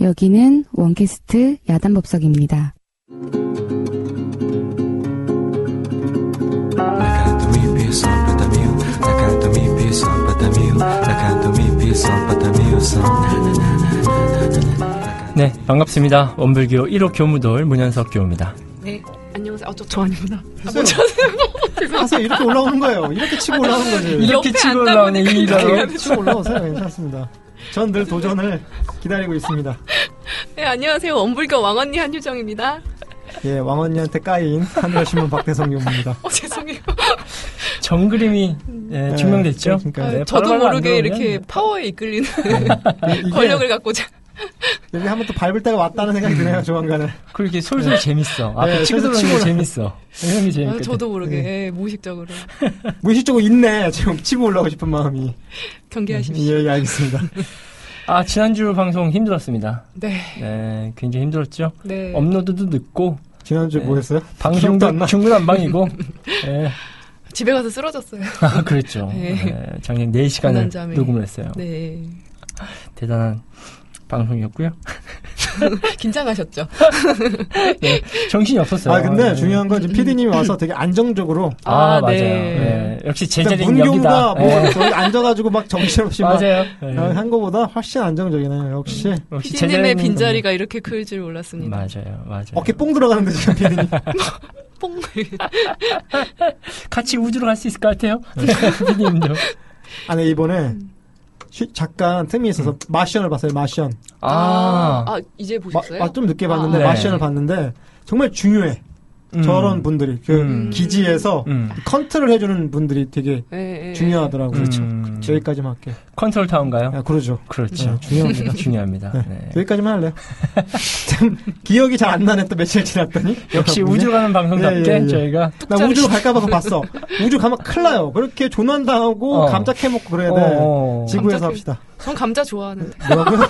여기는 원캐스트 야단법석입니다. canto mi piso pata mio, la canto mi piso pata mio, la canto mi piso pata mio, son na na na na na na na na. 네, 반갑습니다. 원불교 1호 교무돌 문현석 교우입니다. 네, 안녕하세요. 어, 저, 저 아니구나. 뭐 하세요. 아, 이렇게 올라오는 거예요. 이렇게 치고 올라오는 거지. 옆에 안 닿으니까 이 이렇게 로 가는 치고 올라오세요. 예, 괜찮습니다. 전 늘 도전을 기다리고 있습니다. 네, 안녕하세요. 원불교 왕언니 한유정입니다. 예, 왕언니한테 까인 하늘신문 박대성 교무입니다. 어, 죄송해요. 정그림이 예, 증명됐죠? 그러니까요. 네, 저도 바로바로 안 모르게 들어오면 이렇게 파워에 이끌리는 예, 이- 이게 권력을 갖고자. 여기 한번 또 밟을 때가 왔다는 생각이 드네요. 조만간은. 그렇게 솔솔 재밌어. 앞에 네, 치고 솔솔 들어오는 게 치고 재밌어. 이런 게 재밌거든. 아, 저도 모르게 예, 무의식적으로 무의식적으로 있네. 지금 치고 올라오고 싶은 마음이. 경계하십시오. 예, 예, 알겠습니다. 아, 지난주 방송 힘들었습니다. 네, 네, 굉장히 힘들었죠? 네. 업로드도 늦고, 지난주에 네. 뭐 했어요? 기억도 안 방송도 나. 중구난방이고, 예, 집에 가서 쓰러졌어요. 아, 그랬죠. 네. 예, 작년 4시간을 지난 잠에. 녹음을 했어요. 네. 대단한 방송이었고요. 긴장하셨죠? 정신이 없었어요. 아, 근데 예. 중요한 건 지금 PD님이 와서 되게 안정적으로. 아, 아, 맞아요. 네. 예, 역시 진짜 제자리는 여기다. 문경우가 뭐 예. 저기 앉아가지고 막 정신없이 막. 맞아요. 네. 어, 한 거보다 훨씬 안정적이네요. 역시. 역시 네. 피디님의 어, 제자리는 빈자리가 이렇게 클 줄 몰랐습니다. 맞아요, 맞아요. 네. 어깨 뽕 들어가는데 지금 PD님. 뽕! 같이 우주로 갈 수 있을 것 같아요. 피디님도. 아니 네, 이번에 쉬- 잠깐 틈이 있어서 음. 마션을 봤어요. 마션. 아, 아, 이제 보셨어요? 마- 좀 늦게 봤는데 아, 네. 마션을 봤는데 정말 중요해. 음. 저런 분들이 그 음. 기지에서 음. 컨트롤 해주는 분들이 되게 예, 예. 중요하더라고요. 음. 여기까지만 할게. 컨트롤 타운가요? 아, 그러죠. 그렇죠. 네, 중요합니다. 중요합니다. 네. 네. 여기까지만 할래요. 참 기억이 잘 안 나네. 또 며칠 지났더니 역시 여러분이. 우주로 가는 방송답게 예, 예, 예. 저희가 나 우주로 갈까 봐서 봤어. 우주 가면 큰일 나요. 그렇게 조난당하고 어. 감짝해 먹고 그래야 돼. 어, 어. 지구에서 감짝해. 합시다. 전 감자 좋아하는데. 뭐라고요?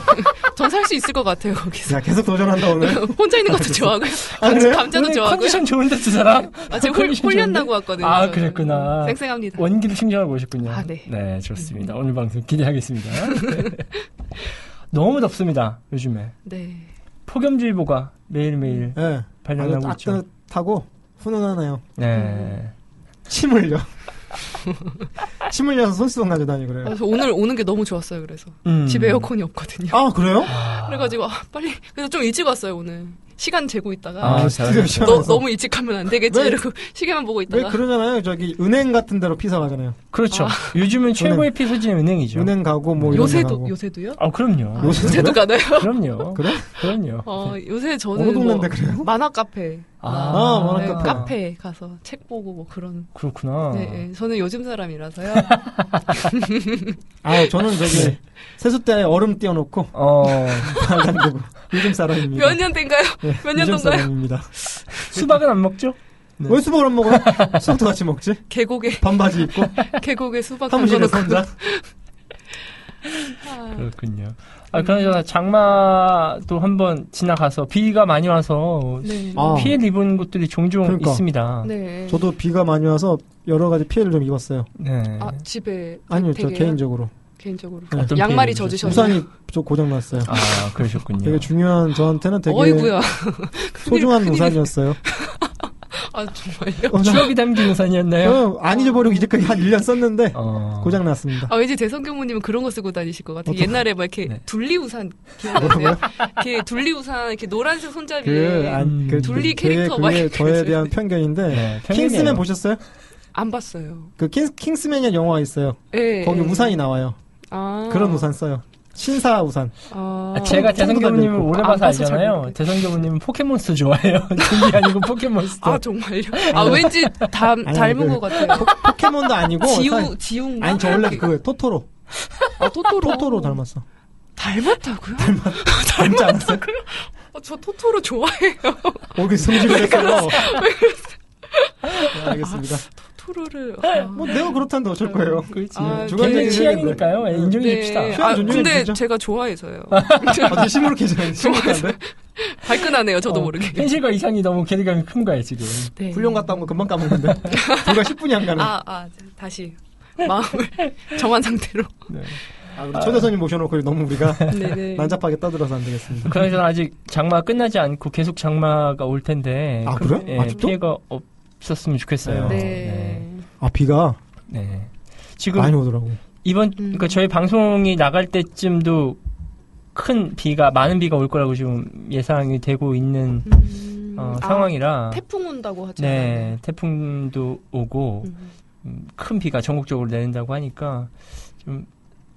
전 살 수 있을 것 같아요, 거기서. 야, 계속 도전한다 오늘. 혼자 있는 것도 좋아하고요. 네. 아, 그래요? 감자도 오늘 좋아하고요. 컨디션 좋은데 두 사람? 아, 제가 홀, 컨디션 훈련 좋은데? 나고 왔거든요. 아, 그랬구나. 쌩쌩합니다. 원기를 충전하고 오셨군요. 아, 네. 좋습니다. 오늘 방송 기대하겠습니다. 네. 너무 덥습니다. 요즘에 네. 폭염주의보가 매일매일 예. 아주 발령나고 있죠. 따뜻하고 훈훈하네요. 네. 침 흘려. 침 흘려서 손수건 가져다니 그래요. 그래서 오늘 오는 게 너무 좋았어요, 그래서. 음. 집에 에어컨이 없거든요. 아 그래요? 그래가지고, 아, 빨리. 그래서 좀 일찍 왔어요, 오늘. 시간 재고 있다가. 아, 스튜디오 잘하셨어요. 너, 시원해서. 너무 일찍 가면 안 되겠지? 왜? 이러고 시계만 보고 왜 있다가. 그러잖아요. 저기 은행 같은 데로 피서 가잖아요. 그렇죠. 요즘은 최고의 피소지는 은행이죠. 은행 가고 뭐 이런 데 요새도, 가고. 요새도요? 아, 그럼요. 아, 요새도 가나요? 그럼요. 그래? 그럼요. 어, 요새 네. 어느 저는. 뭐 동네인데 그래요? 만화 카페. 아, 아, 만화 네, 카페. 카페 가서 책 보고 뭐 그런. 그렇구나. 네, 네. 저는 요즘 사람이라서요. 아 저는 네. 저기 세숫대에 얼음 띄워놓고 어, 발안 대고 요즘 사람입니다. 몇 년 된가요? 예, 몇년 요즘 동가요? 사람입니다. 수박은 안 먹죠? 네. 왜 수박을 안 먹어요? 수박도 같이 먹지? 계곡에, 반바지 입고 계곡에 수박 사무실에서 담궈놓고. 혼자. 아, 그렇군요. 아, 그러나 장마도 한번 지나가서 비가 많이 와서 네. 아. 피해를 입은 곳들이 종종 그러니까. 있습니다. 네. 저도 비가 많이 와서 여러 가지 피해를 좀 입었어요. 네. 아, 집에 아니요, 저 되게 개인적으로 개인적으로 네. 어떤 양말이 피해를 입으셨어요? 젖으셨나요? 우산이 좀 고장 났어요. 아, 그러셨군요. 되게 중요한 저한테는 되게 어이구야. 소중한 우산이었어요. 아 정말요? 어, 나- 추억이 담긴 우산이었나요? 어, 안 잊어버리고 이제까지 한 1년 썼는데 어. 고장 났습니다. 아 왠지 대성경무님은 그런 거 쓰고 다니실 것 같아요. 어떤- 옛날에 막 이렇게 네. 둘리 우산 기억나세요? 이렇게 둘리 우산 이렇게 노란색 손잡이에 그, 음. 안, 그, 둘리 되게 캐릭터 막 그게 저에 이렇게 대한 편견인데. 네, 편견이에요. 킹스맨 보셨어요? 안 봤어요. 그 킹스, 킹스맨이라는 영화가 있어요. 예. 거기 예. 우산이 나와요. 아. 그런 우산 써요. 신사 우산. 아. 아, 제가 청소도 대성교부님을 달려있고. 오래 안 봐서 봐서 잘 알잖아요. 모르겠어요. 대성교부님은 포켓몬스터 좋아해요. 준비 아니고 포켓몬스터. 아 정말요? 아 왠지 다, 네. 아니, 닮은 그- 것 같아요. 포켓몬도 아니고. 지우 사실- 지웅 아니, 저 원래 그 토토로. 아, 토토로 토토로 닮았어. 닮았다고요? 닮지 않았어요? 어, 저 토토로 좋아해요. 거기 숨지를 했어요. 네, 알겠습니다. 토토로를 아. 뭐 내가 그렇다는데 어쩔 거예요. 그렇지. 아, 개인의 네, 주관적인 취향이니까요. 예, 인정해 줍시다. 네. 시간 아, 존중해 근데 주죠. 제가 좋아해서요. 어제 시무룩해 져요. 시무룩한데? 발끈하네요, 저도 어, 모르게. 현실과 이상이 너무 괴리감이 큰 거예요, 지금. 네. 훈련 갔다 온 거 금방 까먹는데. 불과 10분이 안 가네. 아, 아, 다시 마음을 정한 상태로. 네. 아, 우리 초대 손님 모셔놓고 너무 우리가 네네. 난잡하게 떠들어서 안 되겠습니다. 우크라이나는 아직 장마가 끝나지 않고 계속 장마가 올 텐데 아, 그- 그래? 예, 아직도? 피해가 없었으면 좋겠어요. 네. 아 비가 네. 네. 지금 많이 오더라고. 이번 음. 그러니까 저희 방송이 나갈 때쯤도 큰 비가 많은 비가 올 거라고 지금 예상이 되고 있는 음, 어, 아, 상황이라 태풍 온다고 하죠. 네 태풍도 오고 음. 음, 큰 비가 전국적으로 내린다고 하니까 좀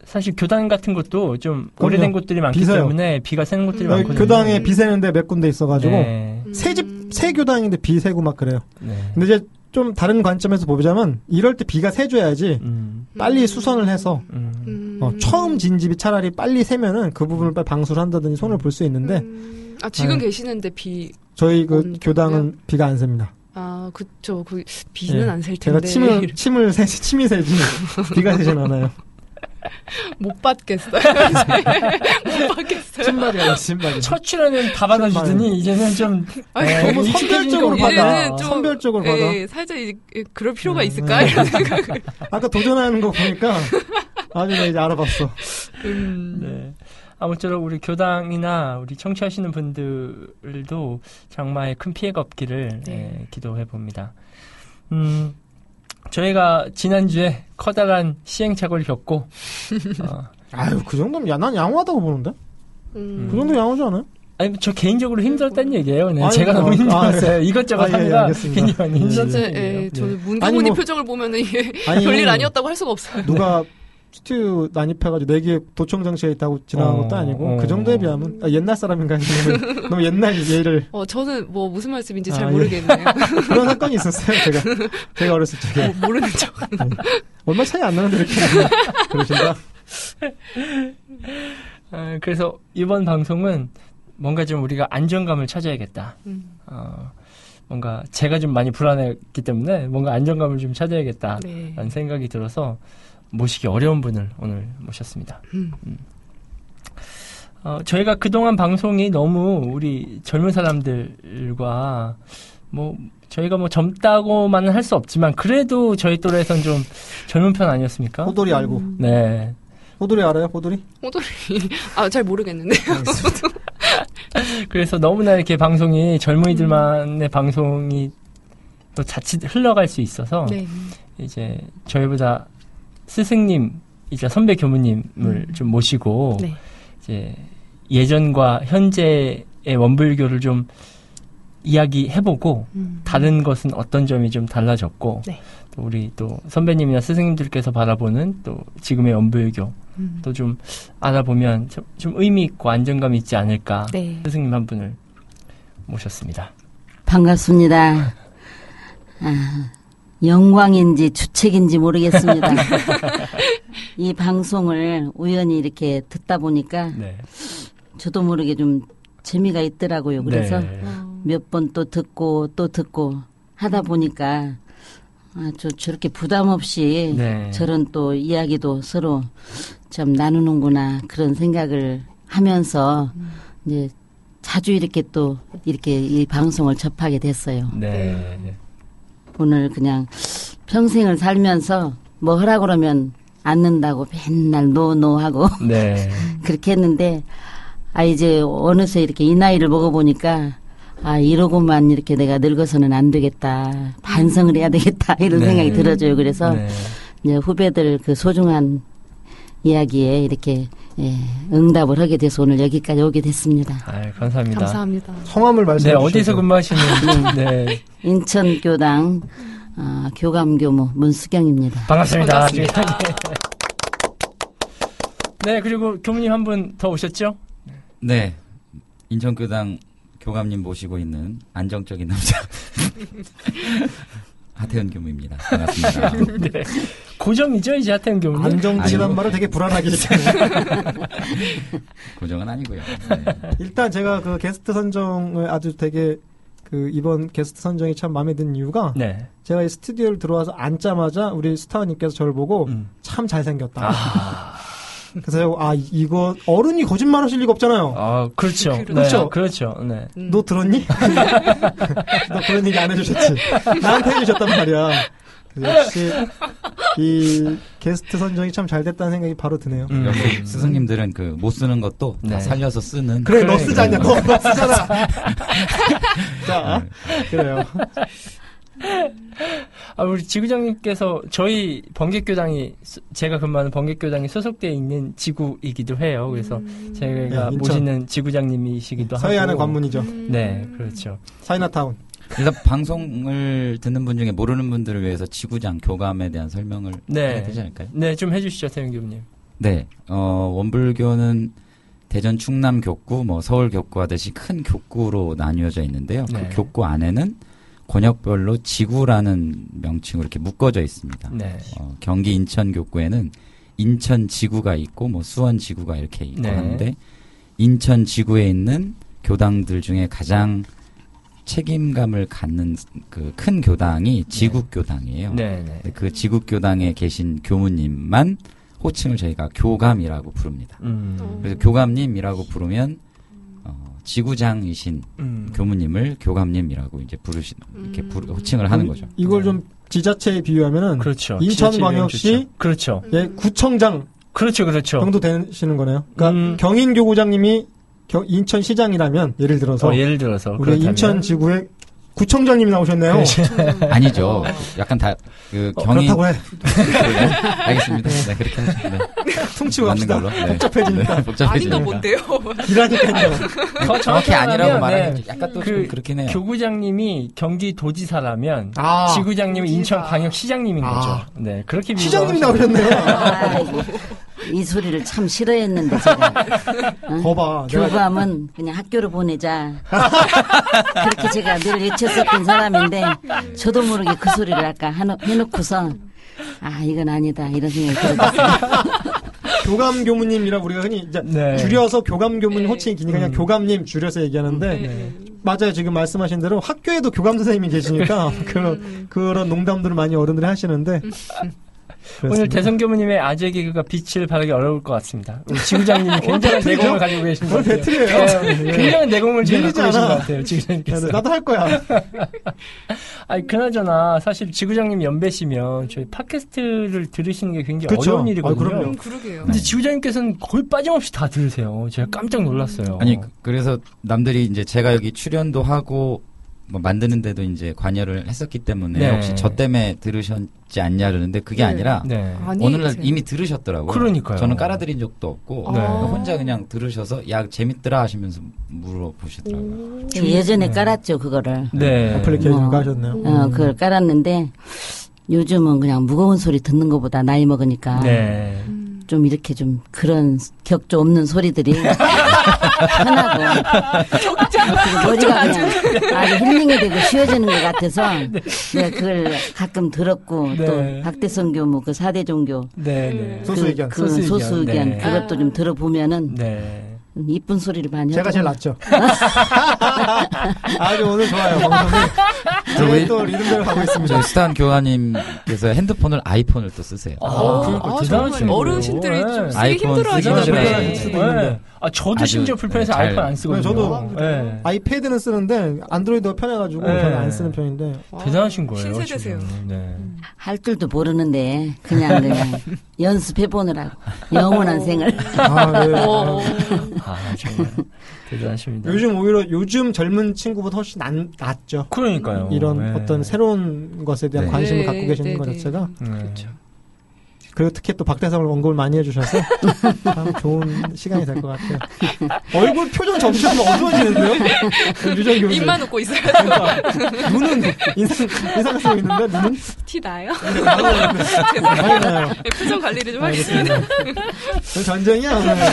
사실 교단 같은 것도 좀 오래된 그럼요. 곳들이 많기 비서요. 때문에 비가 새는 곳들이 음. 여기 많거든요. 그 교당에 비 새는데 몇 군데 있어가지고 네. 새 음. 집 새 교당인데 비 새고 막 그래요. 네. 근데 이제 좀 다른 관점에서 보자면 이럴 때 비가 새줘야지 음, 빨리 수선을 해서 음. 음. 어, 처음 진 집이 차라리 빨리 새면은 그 부분을 빨리 방수를 한다든지 손을 볼 수 있는데 음. 아 지금 네. 계시는데 비. 저희 그 음, 교당은 비가 안 셉니다. 아 그쵸. 그 비는 예. 안 셀 텐데. 제가 침을 침을 새 침이 새지 비가 새진 않아요. 못 받겠어요. 이제. 네. 못 받겠어요. 침발이 아니라 침발이. 첫 출연은 다 음. 받아주더니 이제는 좀 아니, 네, 너무 익숙해지니까 선별적으로 우리는 받아. 이제는 좀- 선별적으로 받아. 예, 살짝 이- 이- 그럴 필요가 음. 있을까 이런 생각을. 아까 도전하는 거 보니까 아주 나 이제 알아봤어. 음. 네. 아무쪼록 우리 교당이나 우리 청취하시는 분들도 장마에 큰 피해가 없기를 네. 예, 기도해 봅니다. 음, 저희가 지난주에 커다란 시행착오를 겪고 어, 아유 그 정도면 야, 난 양호하다고 보는데. 음. 그 정도 양호하지 않아요? 아니 뭐 저 개인적으로 힘들었다는 얘기예요. 네, 아니, 제가 아, 너무 힘들었어요. 아, 이것저것 아, 예, 예, 하느라 알겠습니다. 괜히 많이 예, 예. 힘들었어요. 진짜 예, 저는 아니, 문경훈이 뭐- 표정을 보면은 이게 아니 뭐 별일 아니었다고 할 수가 없어요. 누가 스튜 난입해가지고 내기에 도청 장치가 있다고 지나간 어, 것도 아니고 어. 그 정도에 비하면 아, 옛날 사람인가 싶은 너무 옛날 예를 어, 저는 뭐 무슨 말씀인지 잘 아, 예. 모르겠네요. 그런 사건이 있었어요 제가 제가 어렸을 적에 뭐, 모르는 척. 얼마 차이 안 나는데 이렇게 그러신다 어, 그래서 이번 방송은 뭔가 좀 우리가 안정감을 찾아야겠다. 음. 어, 뭔가 제가 좀 많이 불안했기 때문에 뭔가 안정감을 좀 찾아야겠다. 네. 라는 생각이 들어서 모시기 어려운 분을 오늘 모셨습니다. 음. 음. 어, 저희가 그동안 방송이 너무 우리 젊은 사람들과 뭐 저희가 뭐 젊다고만은 할 수 없지만 그래도 저희 또래에선 좀 젊은 편 아니었습니까? 호돌이 알고 네. 호돌이 알아요 호돌이 호돌이. 아, 잘 모르겠는데. 그래서 너무나 이렇게 방송이 젊은이들만의 방송이 또 자칫 흘러갈 수 있어서 네. 이제 저희보다 스승님 이제 선배 교무님을 음. 좀 모시고 네. 이제 예전과 현재의 원불교를 좀 이야기해보고 음. 다른 것은 어떤 점이 좀 달라졌고 네. 또 우리 또 선배님이나 스승님들께서 바라보는 또 지금의 원불교 음. 또 좀 알아보면 좀, 좀 의미 있고 안정감이 있지 않을까 네. 스승님 한 분을 모셨습니다. 반갑습니다. 아, 영광인지 주책인지 모르겠습니다. 이 방송을 우연히 이렇게 듣다 보니까 네. 저도 모르게 좀 재미가 있더라고요. 그래서 네. 어, 몇 번 또 듣고 또 듣고 하다 보니까 아, 저 저렇게 부담 없이 네. 저런 또 이야기도 서로 좀 나누는구나 그런 생각을 하면서 음. 이제 자주 이렇게 또 이렇게 이 방송을 접하게 됐어요. 네. 네. 오늘 그냥 평생을 살면서 뭐 하라 그러면 앉는다고 맨날 노노 하고 네. 그렇게 했는데 아 이제 어느새 이렇게 이 나이를 먹어보니까 아 이러고만 이렇게 내가 늙어서는 안 되겠다 반성을 해야 되겠다 이런 네. 생각이 들어져요. 그래서 네. 이제 후배들 그 소중한 이야기에 이렇게 예, 응답을 하게 돼서 오늘 여기까지 오게 됐습니다. 아유, 감사합니다. 감사합니다. 성함을 네, 말씀해 어디서 주시죠. 근무하시는지 네. 인천교당 아, 교감교무 문수경입니다. 반갑습니다. 반갑습니다. 네, 그리고 교무님 한 분 더 오셨죠? 네. 인천교당 교감님 모시고 있는 안정적인 남자. 하태현 교무입니다. 반갑습니다. 네. 고정이죠, 이제 하태현 교무님? 안정지란 아이고. 말을 되게 불안하게 했잖아요 고정은 아니고요. 네. 일단 제가 그 게스트 선정을 아주 되게 그 이번 게스트 선정이 참 마음에 든 이유가 네. 제가 이 스튜디오를 들어와서 앉자마자 우리 스타님께서 저를 보고 음. 아. 참 잘생겼다. 그래서 제가 아 이- 이거 어른이 거짓말 하실 리가 없잖아요. 아, 그렇죠. 네, 그렇죠. 그렇죠. 네. 음. 너 들었니? 너 그런 얘기 안 해주셨지? 나한테 해주셨단 말이야. 그래서 역시 이 게스트 선정이 참 잘 됐다는 생각이 바로 드네요. 음. 역시 스승님들은 그 못 쓰는 것도 다 네. 살려서 쓰는 네. 그래, 너 그래. 쓰자냐? 너, 너 쓰잖아. 자, 네. 그래요. 아, 우리 지구장님께서 저희 번개교당이 수- 제가 근무하는 번개교당이 소속돼 있는 지구이기도 해요. 음. 그래서 제가 네, 인천. 모시는 지구장님이시기도 하고. 서해안의 관문이죠. 네, 그렇죠. 차이나타운. 일단 방송을 듣는 분 중에 모르는 분들을 위해서 지구장 교감에 대한 설명을 네. 해야 되지 않을까요? 네, 좀 해주시죠, 태용교님. 네, 어, 원불교는 대전 충남 교구, 뭐 서울 교구 하듯이 큰 교구로 나뉘어져 있는데요. 네. 그 교구 안에는 권역별로 지구라는 명칭으로 이렇게 묶어져 있습니다. 네. 어, 경기 인천 교구에는 인천 지구가 있고 뭐 수원 지구가 이렇게 있고 네. 한데 인천 지구에 있는 교당들 중에 가장 책임감을 갖는 그 큰 교당이 지국 교당이에요. 네, 네. 근데 그 지국 교당에 계신 교무님만 호칭을 저희가 교감이라고 부릅니다. 음. 그래서 교감님이라고 부르면 어, 지구장이신 음. 교무님을 교감님이라고 이제 부르시 이렇게 음. 부르- 호칭을 하는 거죠. 이걸 좀 지자체에 비유하면은 네. 그렇죠. 음. 인천광역시 지자체의원 좋죠. 그렇죠. 예, 구청장 그렇죠, 그렇죠. 정도 되시는 거네요. 그러니까 음. 경인교구장님이 경- 인천시장이라면 예를 들어서 네. 어, 예를 들어서 우리 그렇다면. 인천 지구의 구청장님이 나오셨네요. 그렇죠. 아니죠. 약간 다 그 어, 경인 네. 그렇다고 해. 알겠습니다. 네, 그렇게 하시죠. 네. 퉁치고 맞는 갑시다. 걸로. 네. 복잡해지니까. 네, 아닌가 복잡해지니까. 본데요. 이라니까요. 더 정확히 정확히 아니라고 말하면, 말하는 네, 게 약간 또 그 좀 그렇긴 해요. 교구장님이 경기도지사라면 네. 아, 지구장님이 인천광역시장님인 아. 거죠. 네, 그렇게 비유가- 시장님이 나오셨네요. 아이고, 이 소리를 참 싫어했는데 제가 어? 거봐. 내가 교감은 그냥 학교로 보내자 그렇게 제가 늘 외쳤었던 사람인데 저도 모르게 그 소리를 아까 하노- 해놓고서 아 이건 아니다 이런 생각이 들었어요. 교감 교무님이라 우리가 흔히 이제 네. 줄여서 교감 교무님 호칭이 기니까 그냥 음. 교감님 줄여서 얘기하는데 네. 맞아요. 지금 말씀하신 대로 학교에도 교감 선생님이 계시니까 그런 그런 농담들을 많이 어른들이 하시는데 오늘 그렇습니다. 대성교무님의 아재 개그가 빛을 발하기 어려울 것 같습니다. 우리 지구장님이 굉장한 배틀이죠? 내공을 가지고 계신 것 오늘 같아요. 배틀이에요. 네, 굉장히 내공을 지금 밀리지 갖고 계신 것 않아. 같아요, 야, 지구장님께서. 나도 할 거야. 아니, 그나저나, 사실 지구장님 연배시면 저희 팟캐스트를 들으시는 게 굉장히 그렇죠. 어려운 아, 일이거든요. 그럼요. 음, 그러게요. 근데 지구장님께서는 거의 빠짐없이 다 들으세요. 제가 깜짝 놀랐어요. 아니 그- 그래서 남들이 이제 제가 여기 출연도 하고 뭐 만드는데도 이제 관여를 했었기 때문에 네. 혹시 저 때문에 들으셨지 않냐 그러는데 그게 네. 아니라 네. 아니, 오늘날 제가. 이미 들으셨더라고요. 그러니까요. 저는 깔아드린 적도 없고 네. 혼자 그냥 들으셔서 야 재밌더라 하시면서 물어보시더라고요. 예전에 깔았죠 그거를 네. 애플리케이션 어. 가셨네요. 어, 그걸 깔았는데 요즘은 그냥 무거운 소리 듣는 것보다 나이 먹으니까 네. 좀 이렇게 좀 그런 격조 없는 소리들이 편하고 그리고 머리가 그냥 아주 힐링이 되고 쉬어지는 것 같아서 네. 내가 그걸 가끔 들었고 네. 또 박대성 교무 그 4대 종교 네, 네. 소수 그, 의견. 그 소수 의견. 소수 의견 네. 그것도 좀 들어보면은 네. 이쁜 소리를 많이 제가 제일 하더라고요. 낫죠. 아주 오늘 좋아요. 방송이 제가 또 리듬대로 가고 있습니다. 저희 스탄 교환님께서 핸드폰을 아이폰을 또 쓰세요. 아, 아, 정말 대단하시네요. 어르신들이 좀 네. 쓰기 아이폰 힘들어 쓰기 하시는데. 싫어하시는 수도 있는데. 네. 아, 저도 아주, 심지어 불편해서 네, 잘- 아이폰 안 쓰거든요. 네, 저도. 네. 아이패드는 쓰는데 안드로이드가 편해가지고 네. 저는 안 쓰는 편인데 대단하신 거예요. 신세대세요. 지금. 네. 할 줄도 모르는데 그냥 그냥 연습해 보느라고 영원한 생을 아, 네. 오, 어. 아, 정말. 대단하십니다. 요즘 오히려 요즘 젊은 친구보다 훨씬 안, 낫죠. 그러니까요. 이런 네. 어떤 새로운 것에 대한 네. 관심을 네, 갖고 계시는 네, 것 네. 자체가 네. 그리고 특히 또 박대성을 언급을 많이 해주셔서 참 좋은 시간이 될 것 같아요. 얼굴 표정 점점 어두워지는데요? 유정 교수 입만 웃고 있어요. 눈은 인상 인상 쓰고 있는데 눈은 티 나요? 네, 많이 나요. 네, 표정 관리를 좀 하겠습니다. 알겠습니다. 오늘 전쟁이야 네.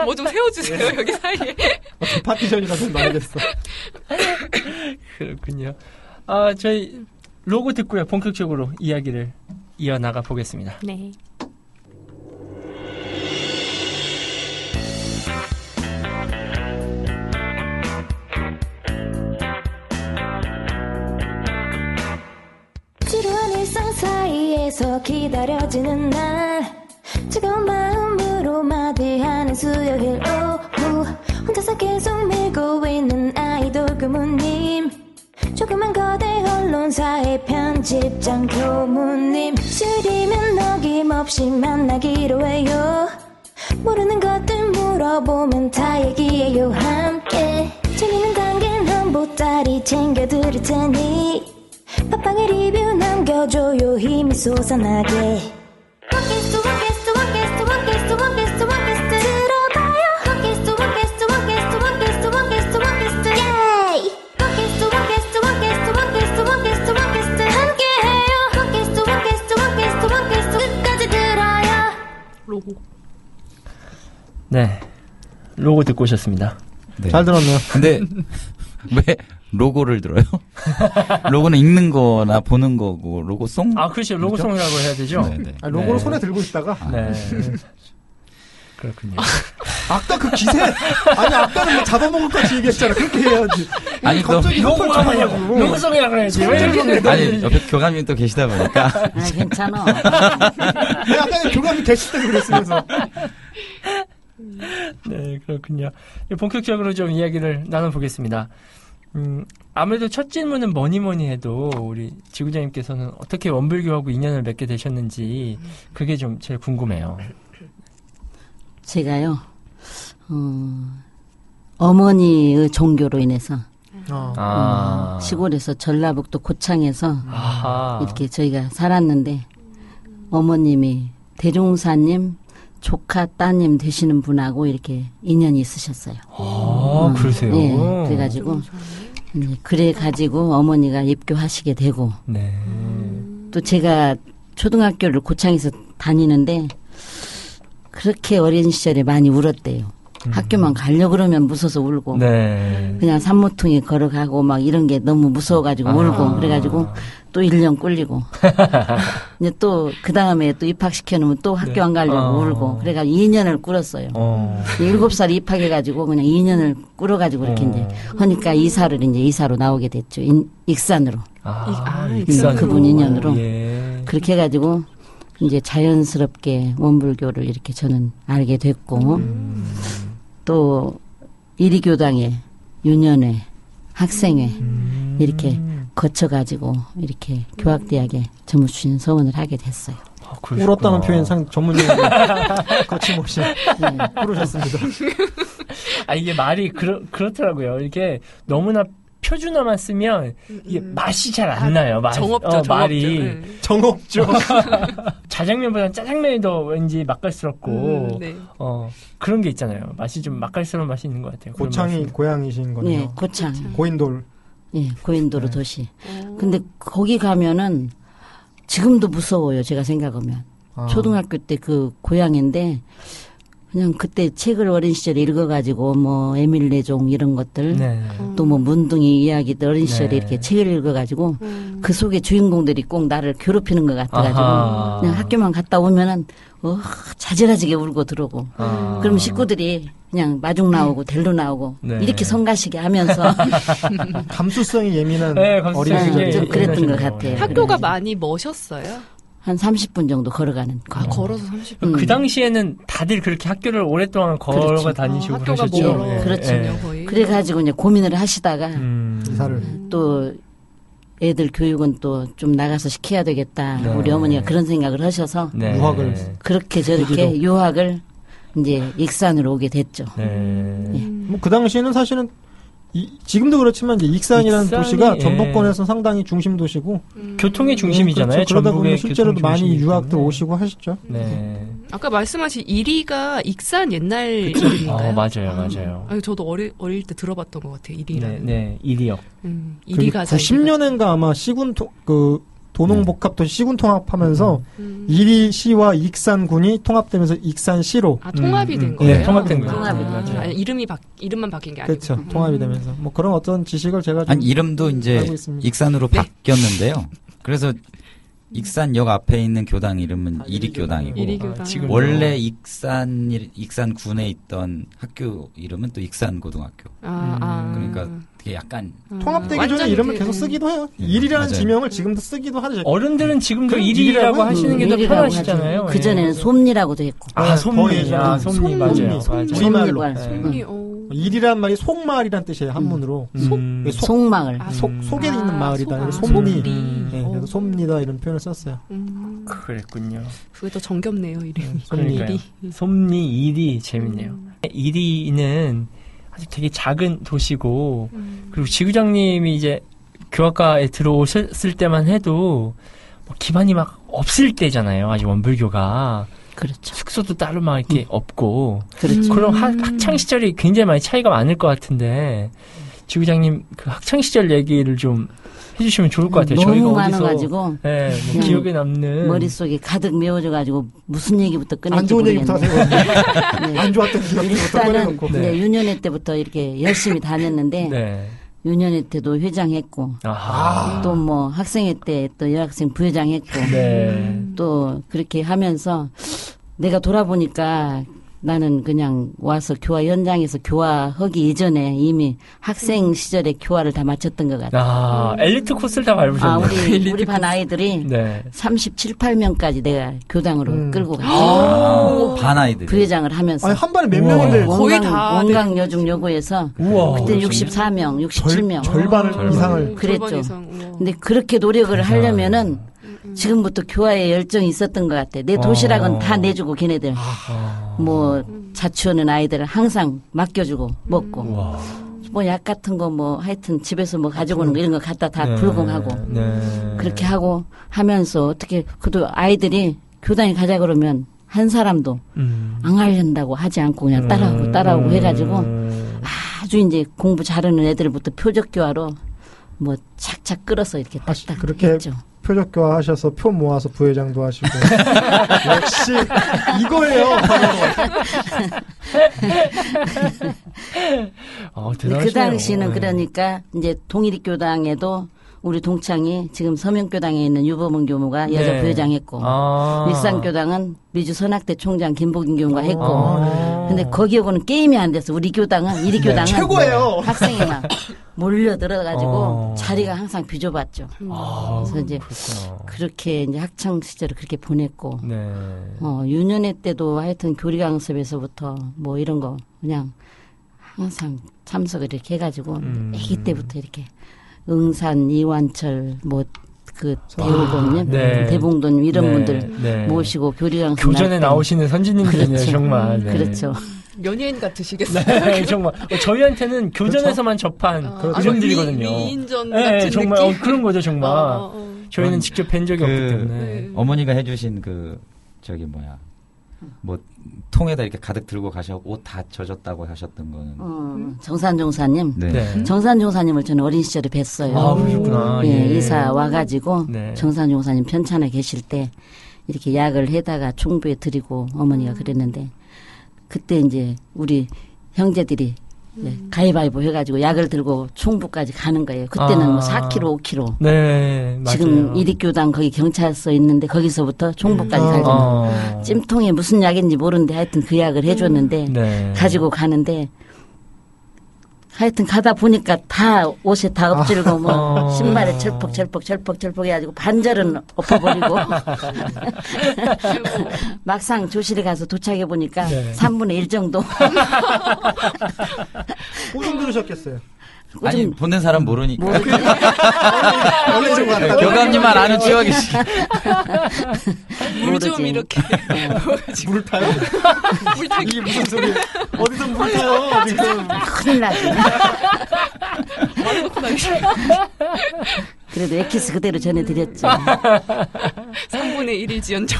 오늘 뭐 좀 네. 세워주세요 여기 사이에. 파티션이라서 말겠어. 그렇군요. 아, 저희 로고 듣고요. 본격적으로 이야기를 이어나가 보겠습니다. 네. 지루한 일상 사이에서 기다려지는 날 차가운 마음으로 맞이하는 수요일 오후 혼자서 계속 밀고 있는 아이돌 그무님 조그만 거대 홀로 신문사의 편집장 교무님 술이면 어김없이 만나기로 해요 모르는 것들 물어보면 다 얘기해요 함께 재밌는 단계는 한 보따리 챙겨드릴 테니 팟빵에 리뷰 남겨줘요 힘이 솟아나게 팟캐스트 팟캐스트 팟캐스트 팟캐스트 팟캐스트 팟캐스트 들어봐요 팟캐스트 팟캐스트 팟캐스트 팟캐스트 팟캐스트 팟캐스트 예이 팟캐스트 팟캐스트 팟캐스트 팟캐스트 팟캐스트 팟캐스트 함께해요 팟캐스트 팟캐스트 팟캐스트 팟캐스트 끝까지 들어요 로고. 네. 로고 듣고 오셨습니다. 네. 잘 들었네요. 근데 왜 로고를 들어요? 로고는 읽는 거나 보는 거고 로고송? 아, 그렇죠. 로고송이라고 해야 되죠? 네, 네. 아, 로고를 네. 손에 들고 있다가 네. 그렇군요. 아까 그 기세 아니 아까는 뭐 잡아먹을 것 같이 얘기했잖아 그렇게 해야지 아니, 갑자기 너- 헛걸 쳐가지고. 로고송이라고 해야지. 왜 이렇게 네. 아니 옆에 교감님 또 계시다 보니까 아, 괜찮아. 내가 아까 교감이 계실 때 그랬으면서 네, 그렇군요. 이제 본격적으로 좀 이야기를 나눠보겠습니다. 음, 아무래도 첫 질문은 뭐니 뭐니 해도 우리 지구자님께서는 어떻게 원불교하고 인연을 맺게 되셨는지 그게 좀 제일 궁금해요. 제가요, 어, 어머니의 종교로 인해서 어. 아, 어, 시골에서 전라북도 고창에서 아하. 이렇게 저희가 살았는데 어머님이 대종사님 조카 따님 되시는 분하고 이렇게 인연이 있으셨어요. 아, 그러세요. 예, 그래가지고 음, 그래 가지고 어머니가 입교하시게 되고 네. 또 제가 초등학교를 고창에서 다니는데 그렇게 어린 시절에 많이 울었대요. 음. 학교만 가려 그러면 무서워서 울고 네. 뭐 그냥 산모퉁이 걸어가고 막 이런 게 너무 무서워가지고 아. 울고 그래가지고 또 1년 꿀리고 이제 또 그 다음에 또 입학시켜놓으면 또 학교 안 가려고 아. 울고 그래가지고 2년을 꿀었어요. 어. 7살 입학해가지고 그냥 2년을 꿀어가지고 이렇게 어. 이제 하니까 이사를 이제 이사로 나오게 됐죠. 인- 익산으로. 아, 이- 아, 익산으로. 그분 인연으로. 예. 그렇게 해가지고 이제 자연스럽게 원불교를 이렇게 저는 알게 됐고 음. 또 이리교당의 유년회 학생회 이렇게 거쳐가지고 이렇게 교학대학에 전무 추진 서원을 하게 됐어요. 아, 그러셨구나. 울었다는 표현 상 전문용어 거침없이 부르셨습니다 아 이게 말이 그렇 그렇더라고요. 이게 너무나 표준어만 쓰면 이게 맛이 잘 안 나요. 맛, 음, 정업죠, 어, 정업죠. 말이 네. 정없죠 자장면보다는 짜장면이 더 왠지 맛깔스럽고 음, 네. 어 그런 게 있잖아요. 맛이 좀 맛깔스러운 맛이 있는 것 같아요. 그런 고창이 맛이. 고향이신 예, 거네요 고창, 고인돌 예, 고인도로 도시. 근데 거기 가면은 지금도 무서워요. 제가 생각하면. 아. 초등학교 때 그 고향인데 그냥 그때 책을 어린 시절에 읽어가지고 뭐 에밀레종 이런 것들 네. 또 뭐 문둥이 이야기들 어린 시절에 네. 이렇게 책을 읽어가지고 그 속에 주인공들이 꼭 나를 괴롭히는 것 같아가지고 아하. 그냥 학교만 갔다 오면은 어, 자질하지게 울고 들어오고 아. 그럼 식구들이 그냥 마중 나오고 델로 나오고 네. 이렇게 성가시게 하면서 감수성이 예민한 네, 감수성이 어린 예, 좀 시절 그랬던 것 같아요. 네. 학교가 많이 멋셨어요. 한 30분 정도 걸어가는 거. 아, 걸어서 30분. 음. 그 당시에는 다들 그렇게 학교를 오랫동안 걸어 그렇죠. 다니시고 아, 학교가 그러셨죠. 멀어. 예, 그렇죠. 예. 거의. 그래가지고 이제 고민을 하시다가 음. 이사를 또 애들 교육은 또 좀 나가서 시켜야 되겠다. 네. 우리 어머니가 그런 생각을 하셔서 네. 유학을. 그렇게 저렇게 유학을 이제 익산으로 오게 됐죠. 네. 예. 음. 뭐 그 당시에는 사실은 이- 지금도 그렇지만 이제 익산이라는 익산이, 도시가 예. 전북권에서 상당히 중심 도시고 교통의 중심이잖아요. 그렇죠. 그러다 보면 전북의 실제로도 교통 많이 중심이기 유학들 때문에. 오시고 하시죠. 네. 아까 말씀하신 1위가 익산 옛날 이름인가요? 음. 어, 맞아요, 맞아요. 아니, 저도 어릴, 어릴 때 들어봤던 것 같아요. 1위라는. 네, 네. 이리역. 음, 1위 그리고 가자. 90년엔가 아마 시군 통- 그 도농복합도시 시군 통합하면서 음. 이리시와 익산군이 통합되면서 익산시로 아, 통합이 음, 된 음. 거예요? 네, 통합된 거예요. 통합이 아, 맞아요. 아니, 이름이 바, 이름만 바뀐 게 아니고. 그렇죠 음. 통합이 되면서 뭐 그런 어떤 지식을 제가 좀 아니 이름도 이제 알고 있습니다. 익산으로 네. 바뀌었는데요. 그래서 익산역 앞에 있는 교당 이름은 아, 이리교당이고 이리- 이리교당. 지금 원래 익산 익산군에 있던 학교 이름은 또 익산고등학교. 아, 아. 그러니까 되게 약간 아, 음, 통합되기 전에 완전히 이름을 그- 계속 음. 쓰기도 해요. 네, 일이라는 맞아요. 지명을 지금도 쓰기도 하죠. 어른들은 지금도 그럼 일이라고 일이라고 하시는 게 더 편하시잖아요. 예. 그 전에는 솜니라고도 했고. 아 네, 솜니, 거의 아 예전에는 솜니 솜니, 맞아요. 솜니. 맞아요. 우리말로. 솜니발, 네. 솜니. 음. 어. 일이란 말이 속마을이란 뜻이에요 한문으로. 음. 네, 속- 속마을. 아, 속 속에 있는 아, 마을이다. 그래서 속아. 솜니. 솜니. 네, 어. 그래서 솜니다 이런 표현을 썼어요. 음, 그랬군요. 그게 더 정겹네요, 이름이. 솜니. 그러니까요. 솜니 1위 재밌네요. 음. 1위는 아직 되게 작은 도시고 음. 그리고 지구장님이 이제 교학과에 들어오셨을 때만 해도 뭐 기반이 막 없을 때잖아요. 아직 원불교가 그렇죠. 음. 숙소도 따로 막 이렇게 없고 그렇죠. 그럼 하- 학창 시절이 굉장히 많이 차이가 많을 것 같은데 지구장님 그 학창 시절 얘기를 좀 해주시면 좋을 것 같아요. 저희가 너무 어디서 네. 많아가지고 예, 뭐 그냥 기억에 남는 머릿속에 가득 메워져가지고 무슨 얘기부터 안 꺼낼지 좋은 얘기부터 모르겠는데. 하세요. 네. 안 좋았던 기억부터 일단은 꺼내놓고. 네. 네, 유년회 때부터 이렇게 열심히 다녔는데 네. 유년회 때도 회장했고 아하. 또 뭐 학생회 때 또 여학생 부회장했고 네. 음. 또 그렇게 하면서 내가 돌아보니까 나는 그냥 와서 교화 현장에서 교화하기 이전에 이미 학생 시절에 교화를 다 마쳤던 것 같아요. 아, 엘리트 코스를 다 아, 밟으셨네요. 우리 우리 반 아이들이 네. 37, 8명까지 내가 교당으로 음. 끌고 갔어요. 아, 반 아이들. 부회장을 하면서 아니 한 반에 몇 우와. 명인데 거의 원강, 다 원강 여중 여고에서 우와. 그때 64명, 67명. 절, 반을 아, 절반. 이상을 그랬죠. 음, 절반 이상, 우와. 근데 그렇게 네. 노력을 하려면은 음, 지금부터 교화에 열정이 있었던 것 같아. 내 도시락은 어. 아. 다 내주고 걔네들 뭐 자취하는 아이들을 항상 맡겨주고 먹고 우와. 뭐 약 같은 거 뭐 하여튼 집에서 뭐 가져오는 거 이런 거 갖다 다 네. 불공하고 네. 그렇게 하고 하면서 어떻게 그래도 아이들이 교단에 가자 그러면 한 사람도 음. 안 가려다고 하지 않고 그냥 따라오고 따라오고 해가지고 음. 아주 이제 공부 잘하는 애들부터 표적교화로 뭐 착착 끌어서 이렇게 아, 하시- 딱딱 그렇게 했죠. 표적교 하셔서 표 모아서 부회장도 하시고 역시 이거예요. 어, 근데 대단하시네요. 그 당시는 네. 그러니까 이제 동일교당에도 우리 동창이 지금 서명교당에 있는 유범은 교무가 여자 네. 부회장했고 아. 일산교당은 미주 선학대 총장 김복인 교무가 했고 아. 근데 거기하고는 게임이 안 돼서 우리 교당은 이리 네. 교당은 네. 최고예요. 학생이 막 몰려 들어가지고 어. 자리가 항상 비좁았죠. 아, 그래서 이제 그렇구나. 그렇게 이제 학창 시절을 그렇게 보냈고 네. 어, 유년회 때도 하여튼 교리 강습에서부터 뭐 이런 거 그냥 항상 참석을 이렇게 해가지고 음. 아기 때부터 이렇게 응산 이완철 뭐 그 대우범님 네. 대봉도님 이런 네, 분들 네. 모시고 교리 강습 교전에 날 때. 나오시는 선진님들이네요, 그렇죠. 정말. 네. 그렇죠. 연예인 같으시겠어요? 네, 정말. 어, 저희한테서는 그렇죠? 교전에서만 접한 네. 어, 아주 이름들이거든요. 미, 미인전 예, 네, 같은 정말 어, 느낌. 그런 거죠, 정말. 어, 네. 어. 저희는 음. 그런- 직접 뵌 적이 없기 그- 네. 때문에. 어머니가 해주신 그 저기 뭐야 뭐 통에다 이렇게 가득 들고 가셔 옷 다 젖었다고 하셨던 거는 어, 정산 종사님 네. 네. 정산 종사님을 저는 어린 시절에 뵀어요. 아, 그러셨구나. 예, 예. 이사 와가지고 네. 정산 종사님 편찮아 계실 때 이렇게 약을 해다가 총부에 드리고 어머니가 그랬는데 그때 이제 우리 형제들이 예, 가위바위보 해가지고 약을 들고 총부까지 가는 거예요. 그때는 아. 뭐 4km, 5km. 네, 맞아요. 지금 이리교당 거기 경찰서 있는데 거기서부터 총부까지 음. 가잖아요. 어. 찜통에 무슨 약인지 모르는데 하여튼 그 약을 해줬는데 네. 가지고 가는데 하여튼 가다 보니까 다 옷에 다 엎질고 어. 뭐 신발에 철퍽 철퍽 철퍽 철퍽 해가지고 반절은 엎어버리고 막상 조실에 가서 도착해 보니까 네. 3분의 1 정도 고좀 들으셨겠어요. 아니 보낸 사람 모르니까 모르지 원래 네, 좀 갔다. 교감님만 아는 지역이시 물 좀 모르지. 이렇게 물 타요? 물 타기 이게 무슨 소리? 어디서 물 타요? 지금 큰일 나지 말해놓고 나기 그래도 엑기스 그대로 전해드렸죠 3분의 1이 지연정.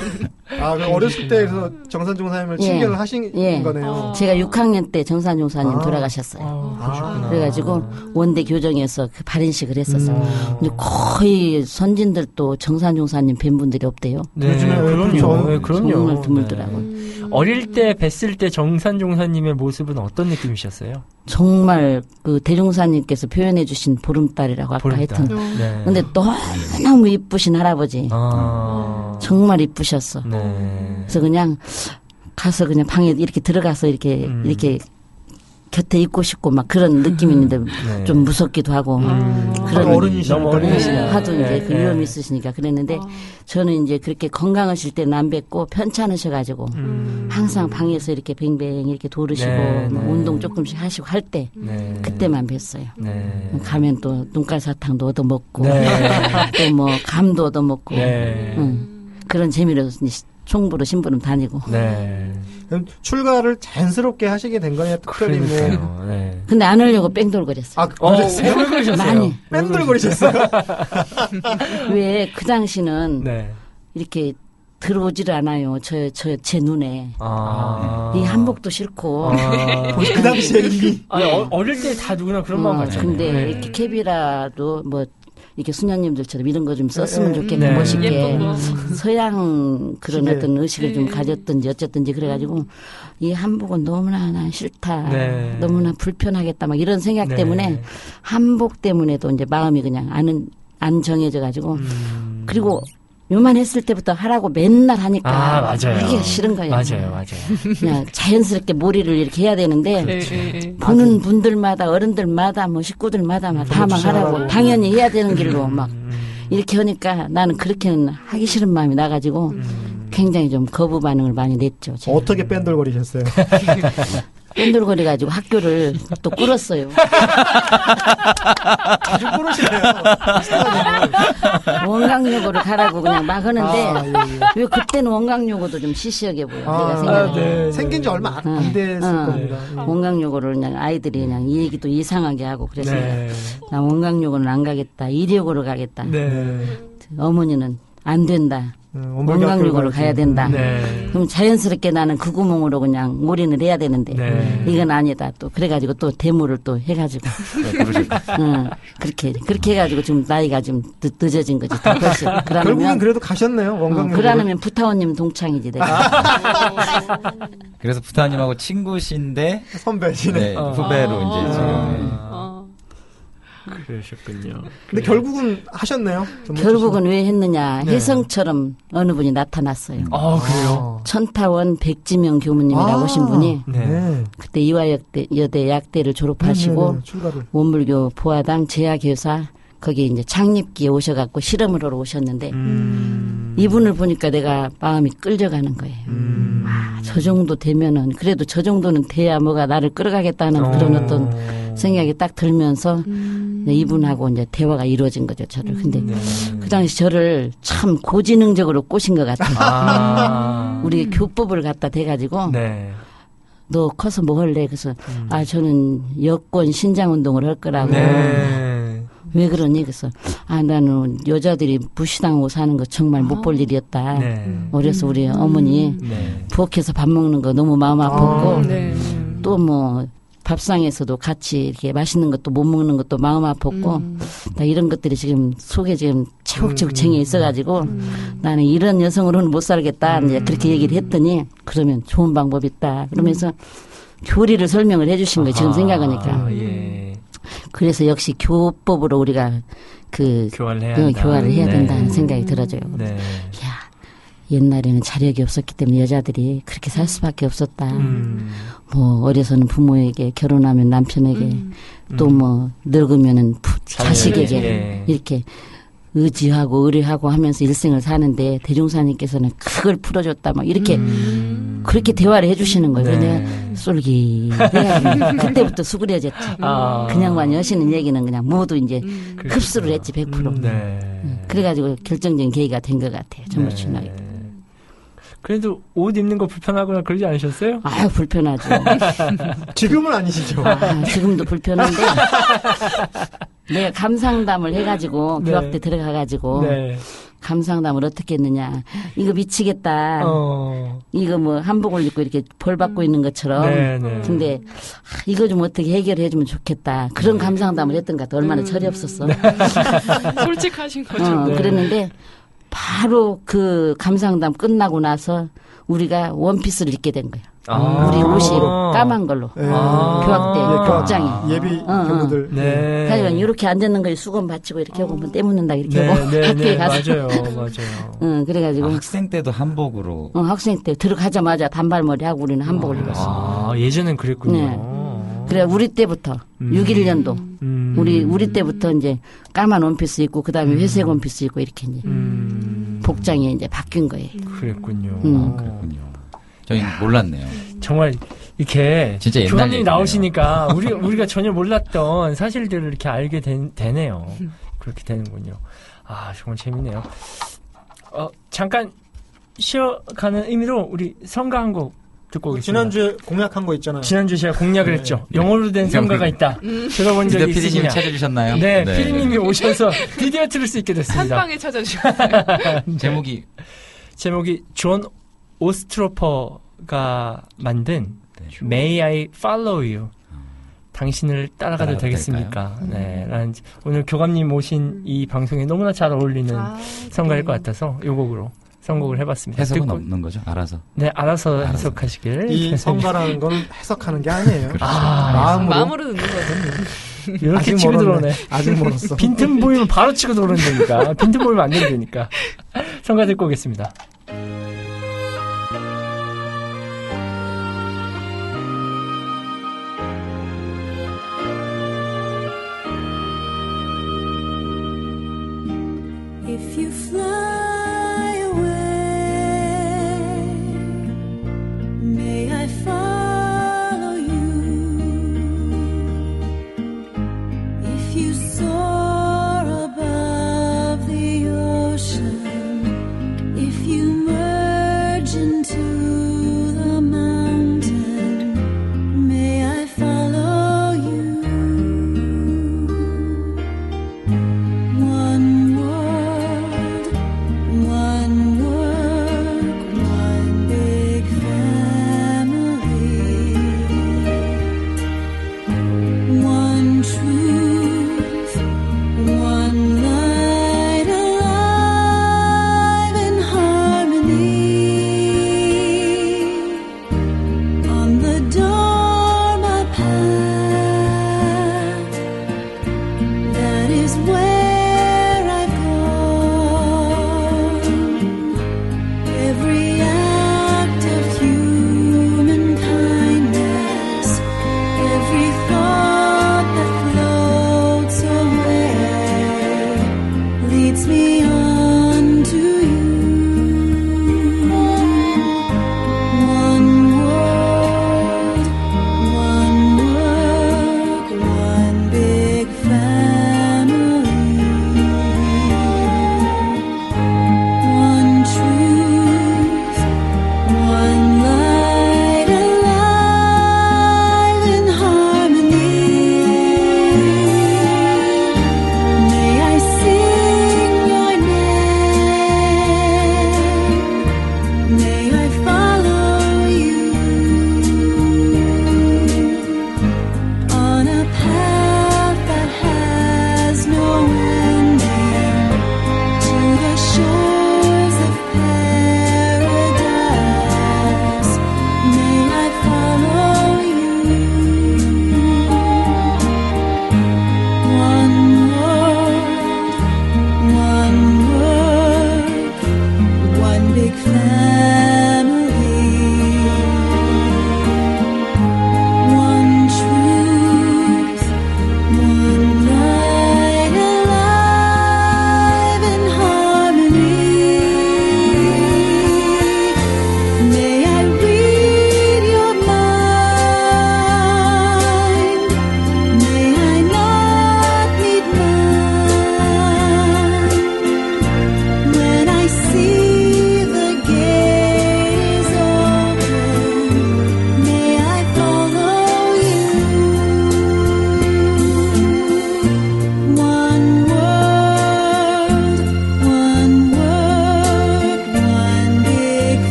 아 그럼 어렸을 때 그래서 정산종 사님을 예. 친결을 하신 예. 거네요. 제가 6학년 때 정산 용사님 아. 돌아가셨어요 아, 그래가지고 원대 교정에서 그 발인식을 했었어요 음. 근데 거의 선진들도 정산 용사님 뵌 분들이 없대요 네, 요즘에 그럼요. 그렇죠. 네, 그럼요. 정말 드물더라고요. 음. 네. 어릴 때 뵀을 때 정산 종사님의 모습은 어떤 느낌이셨어요? 정말 그 대종사님께서 표현해 주신 보름달이라고 아까 보름달. 했던 네. 근데 너무너무 이쁘신 할아버지 아. 정말 이쁘셨어 네. 그래서 그냥 가서 그냥 방에 이렇게 들어가서 이렇게 음. 이렇게 곁에 있고 싶고 막 그런 느낌이 있는데 네. 좀 무섭기도 하고 바로 그런 어른이시니까. 너무 어른. 네, 네. 하도 이제 그 네. 위험이 있으시니까 그랬는데 저는 이제 그렇게 건강하실 때는 안 뵙고 편찮으셔가지고 항상 방에서 이렇게 뱅뱅 이렇게 돌으시고 음. 네, 뭐 네. 운동 조금씩 하시고 할 때 네. 그때만 뵀어요. 네. 가면 또 눈깔 사탕도 얻어먹고 네. 또 뭐 감도 얻어먹고 네. 응. 그런 재미로 이제 총부로 신부름 다니고 네. 그럼 출가를 자연스럽게 하시게 된 거냐 특별히 뭐. 그러니까요. 네. 근데 안 하려고 뺑돌거렸어요. 아, 어, 그러셨어요? 왜 그러셨어요? 많이 뺀돌거리셨어요? 왜 그 당시는 아. 네. 이렇게 들어오질 않아요. 저 저 제 눈에 아. 이 한복도 네. 싫고 아. 그 당시에 이미. 아니, 어, 어릴 때 다 누구나 그런 마음 어, 같잖아요. 예. 근데 네. 이렇게 캡이라도 뭐 이렇게 수녀님들처럼 이런 거 좀 썼으면 네. 좋겠고 네. 멋있게 예쁜 거. 그 서양 그런 시계. 어떤 의식을 좀 예. 네. 가졌든지 어쨌든지 그래가지고 이 한복은 너무나 난 싫다 네. 너무나 불편하겠다 막 이런 생각 네. 때문에 한복 때문에도 이제 마음이 그냥 안은 안 정해져가지고 음. 그리고 요만했을 때부터 하라고 맨날 하니까 아, 맞아요. 그게 싫은 거예요. 맞아요, 맞아요. 그냥 자연스럽게 몰이를 이렇게 해야 되는데 예, 예, 예. 보는 분들마다 어른들마다 뭐 식구들마다 그렇죠. 막 다 막 하라고 하라고. 당연히 해야 되는 길로 음. 막 이렇게 하니까 나는 그렇게는 하기 싫은 마음이 나가지고 굉장히 좀 거부 반응을 많이 냈죠. 제가 어떻게 뺀돌거리셨어요? 뺀돌거리 가지고 학교를 또 꿇었어요. 아주 부르시네요. 원강여고를 가라고 그냥 막 하는데 아, 예, 예. 왜 그때는 원강여고도 좀 시시하게 보여. 내가 아, 생각해. 네. 생긴 지 얼마 안, 안 됐을 응. 겁니다. 음. 원강여고를 그냥 아이들이 그냥 이 얘기도 이상하게 하고 그래서 네. 나 원강여고는 안 가겠다. 이력고를 가겠다. 네. 어머니는 안 된다. 음, 원광역으로 가야 된다. 네. 그럼 자연스럽게 나는 그 구멍으로 그냥 올인을 해야 되는데 네. 이건 아니다. 또 그래가지고 또 대모를 또 해가지고 네, 응, 그렇게 그렇게 해가지고 지금 나이가 좀 늦, 늦어진 거지. 더 벌써. 결국엔 그러면 어, 그래도 가셨네요. 원광. 그러면 부타원님 동창이지 내가. 아, 그래서 부타님하고 친구신데 선배시네. 네, 어. 후배로 아. 이제 지금 어. 아. 그러셨군요. 근데 결국은 하셨네요. 전문 결국은 왜 했느냐? 그렇죠. 네. 혜성처럼 어느 분이 나타났어요. 아, 그래요? 출신. 천타원 백지명 교무님이라고 아. 오신 분이 네. 네. 그때 이화여대 여대 약대를 네, 졸업하시고 네, 네. 출가를. 원불교 보아당 제약교사 거기 이제 창립기에 오셔갖고 실험을 하러 오셨는데 음. 이분을 보니까 내가 마음이 끌려가는 거예요. 음. 아, 저 정도 되면은 그래도 저 정도는 돼야 뭐가 나를 끌어가겠다는 그런 어떤 생각이 딱 들면서 이제 이분하고 이제 대화가 이루어진 거죠 저를. 근데 음. 네. 그 당시 저를 참 고지능적으로 꼬신 것 같아요. 아. 우리 교법을 갖다 대가지고 네. 음. 너 커서 뭐 할래? 그래서 아 저는 여권 신장 운동을 할 거라고. 네. 왜 그러니? 그래서, 아, 나는 여자들이 무시당하고 사는 거 정말 못 볼 일이었다. 네. 어려서 우리 음. 어머니 네. 부엌에서 밥 먹는 거 너무 마음 아팠고, 네. 또 뭐 밥상에서도 같이 이렇게 맛있는 것도 못 먹는 것도 마음 아팠고, 나 이런 것들이 지금 속에 지금 차곡차곡 챙겨 있어가지고, 음. 나는 이런 여성으로는 못 살겠다. 이제 그렇게 얘기를 했더니, 그러면 좋은 방법 있다. 그러면서 교리를 설명을 해주신 거예요. 지금 생각하니까. 아, 예. 그래서 역시 교법으로 우리가 그 교환을 해야 응, 한다. 교화를 해야 네. 된다는 생각이 들어져요. 네. 야, 옛날에는 자력이 없었기 때문에 여자들이 그렇게 살 수밖에 없었다. 음. 뭐 어려서는 부모에게 결혼하면 남편에게 음. 음. 또 뭐 늙으면은 부- 자식에게 예. 이렇게 의지하고 의뢰하고 하면서 일생을 사는데 대종사님께서는 그걸 풀어줬다 막 이렇게 음. 그렇게 대화를 해주시는 거예요. 음. 네. 그냥 쏠기 그때부터 수그려졌지. 아. 그렇죠. 그냥만 여시는 얘기는 그냥 모두 이제 흡수를 했지 100%. 음, 네. 그래가지고 결정적인 계기가 된 것 같아요. 정말 네. 중요하게. 그래도 옷 입는 거 불편하거나 그러지 않으셨어요? 아유 불편하죠. 지금은 아니시죠. 아, 지금도 불편한데 내가 감상담을 해가지고 네. 교학 때 들어가가지고 네. 감상담을 어떻게 했느냐. 이거 미치겠다. 어. 이거 뭐 한복을 입고 이렇게 벌 받고 있는 것처럼. 네, 네. 근데 아, 이거 좀 어떻게 해결해주면 좋겠다. 그런 네. 감상담을 했던 것 같아. 얼마나 음. 철이 없었어. 음. 솔직하신 거죠. 어, 네. 그랬는데 바로 그 감상담 끝나고 나서 우리가 원피스를 입게 된 거야. 아. 우리 옷이 까만 걸로. 예. 아. 교학 때 예, 교학. 복장이. 예비 어. 교부들. 네. 사실은 이렇게 앉았는 거에 수건 받치고 이렇게 하고 뭐 떼묻는다 이렇게 네, 하고 네, 학교에 네, 가서 맞아요, 맞아요. 응, 그래가지고 학생 때도 한복으로 어, 학생 때 들어가자마자 단발머리 하고 우리는 한복을 입었어. 아, 예전엔 그랬군요. 네. 그래 우리 때부터 음. 61년도 음. 우리 우리 때부터 이제 까만 원피스 입고 그다음에 회색 원피스 입고 이렇게 이제 음. 복장이 이제 바뀐 거예요. 그랬군요. 음. 어. 그렇군요. 저희 몰랐네요. 정말 이렇게 진짜 옛날 교황님 얘기네요. 나오시니까 우리 우리가 전혀 몰랐던 사실들을 이렇게 알게 된- 되네요. 그렇게 되는군요. 아 정말 재밌네요. 어 잠깐 쉬어가는 의미로 우리 성가 한 곡 듣고 그 오겠습니다. 지난주에 공약한 거 있잖아요. 지난주 제가 공략을 네. 했죠. 영어로 된 성가가 있다. 음. 들어본 디더 적이 피디님 있으시냐? 찾아주셨나요? 네, 피디님이 오셔서 드디어 들을 수 있게 됐습니다. 한방에 찾아주셨어요. 제목이 제목이 존 오스트로퍼가 만든 네. May I Follow You. 당신을 따라가도 따라가도 되겠습니까? 네, 라는 오늘 교감님 오신 이 방송에 너무나 잘 어울리는 성가일 것 같아서 이 곡으로 선곡을 해봤습니다. 해석은 듣고- 없는 거죠? 알아서. 네, 알아서, 알아서. 해석하시길. 이 성가라는 건 해석하는 게 아니에요. 네. 아, 마음으로. 마음으로 듣는 거죠. 이렇게 아직 치고 멀었네. 들어오네. 아직 멀었어. 빈틈 보이면 바로 치고 들어오는 데니까. 빈틈 보이면 안 되는 데니까. 성가 듣고 오겠습니다. If you fly away, may I follow you? If you soar above the ocean, if you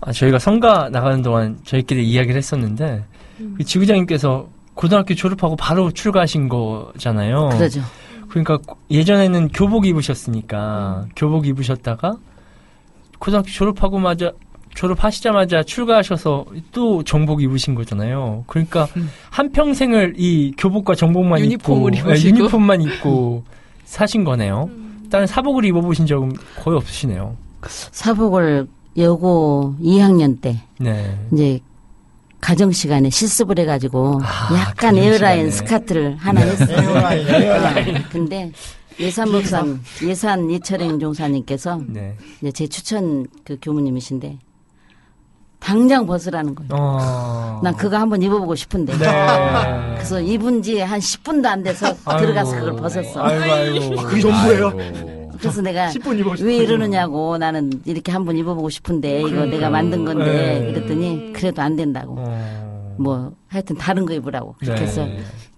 아, 저희가 성가 나가는 동안 저희끼리 이야기를 했었는데 그 지부장님께서 고등학교 졸업하고 바로 출가하신 거잖아요. 그러죠. 그러니까 예전에는 교복 입으셨으니까 교복 입으셨다가 고등학교 졸업하고 마자 졸업하시자마자 출가하셔서 또 정복 입으신 거잖아요. 그러니까 한 평생을 이 교복과 정복만 유니폼을 입고 예, 입으시고. 유니폼만 입고 사신 거네요. 음. 다른 사복을 입어보신 적은 거의 없으시네요. 사복을 여고 2학년 때 네. 이제 가정 시간에 실습을 해가지고 아, 약간 가정 시간에. 네. 에어라인 스카트를 하나 했어요. 에어라인, 에어라인. 네, 근데 예산 목사님, 예산 이철행 종사님께서 네. 이제 제 추천 그 교무님이신데 당장 벗으라는 거예요. 어. 난 그거 한번 입어보고 싶은데. 네. 그래서 입은 지 한 10분도 안 돼서 아이고. 들어가서 그걸 벗었어. 아이고, 아이고. 그게 전부예요? 아이고. 그래서 내가 10분 입어보고 왜 이러느냐고 나는 이렇게 한번 입어보고 싶은데 이거 내가 만든 건데 네. 이랬더니 그래도 안 된다고. 어. 뭐 하여튼 다른 거 입으라고 그렇게 네. 해서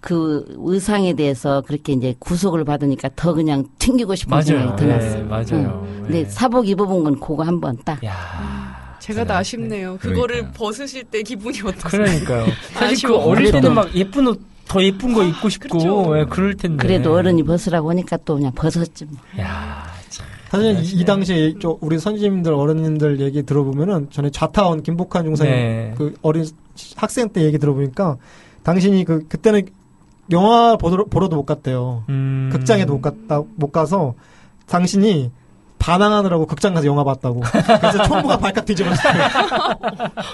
그 의상에 대해서 그렇게 이제 구속을 받으니까 더 그냥 튕기고 싶은 맞아요. 생각이 들었어. 네, 맞아요. 네. 근데 사복 입어본 건 그거 한 번 딱. 야. 제가 다 아쉽네요. 그거를 벗으실 때 기분이 어떠세요? 그러니까요. 사실 그 아쉬워. 어릴 때는 음, 그래도- 막 예쁜 옷, 더 예쁜 거 입고 싶고, 그렇죠. 예, 그럴 텐데. 그래도 어른이 벗으라고 하니까 또 그냥 벗었지 뭐. 야, 참. 사실 이- 그러시네. 이 당시에 저 우리 선생님들 어른님들 얘기 들어보면은 전에 좌타원 김복환 중사님 네. 그 어린 시- 학생 때 얘기 들어보니까 당신이 그 그때는 영화 보러, 보러도 못 갔대요. 음. 극장에도 못 갔다 못 가서 당신이 반항하느라고 극장 가서 영화 봤다고. 그래서 총무가 발칵 뒤집었어요.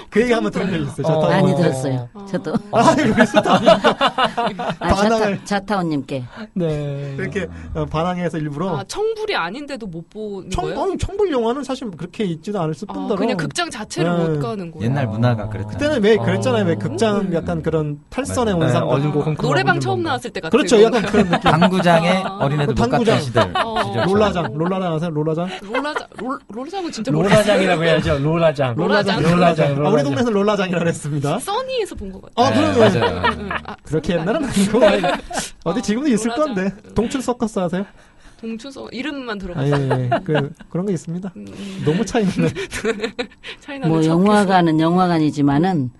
그 얘기 한번 들은 적이 있어요. 어. 좌타원. 많이 들었어요. 저도 아, 그랬어. 아, 반항을. 자타, 자타원님께 네. 이렇게 어, 반항해서 일부러 아, 청불이 아닌데도 못 보는 청, 거예요? 어, 청불 영화는 사실 그렇게 있지도 않을 아, 뿐더러 그냥 극장 자체를 네. 못 가는 거예요. 옛날 옛날 문화가 문화가 그랬다. 그랬다. 그때는 왜 그랬잖아요. 왜 극장 음. 약간 그런 탈선의 맞아요. 원상 네, 같은 어중고 거. 킁킁 노래방 어중고 처음 뭔가. 나왔을 때 같은 그렇죠. 약간 그런 느낌. 당구장에 아. 어린애들 못 당구장. 갔던 시절. 어. 시절처럼. 롤라장, 롤라장 아세요? 롤라장? 롤라장 롤 롤장은 진짜 롤라 로라장이라고 해야죠. 로라장. 로라장. 로라장. 아, 우리 동네에서 롤라장이라고 했습니다. 써니에서 본 것 어. 같아요. 아, 네, 그러네. 맞아요. 응, 아, 그렇게 써니 옛날은 아니에요. 아니고. 어디 어, 지금도 있을 롤라장. 건데. 동출 서커스 아세요? 동춘서 이름만 아, 들어봤어요. 예, 예. 그, 그런 게 있습니다. 음, 음. 너무 차이네. 차이나는 뭐 첫 영화관은 영화관이지만은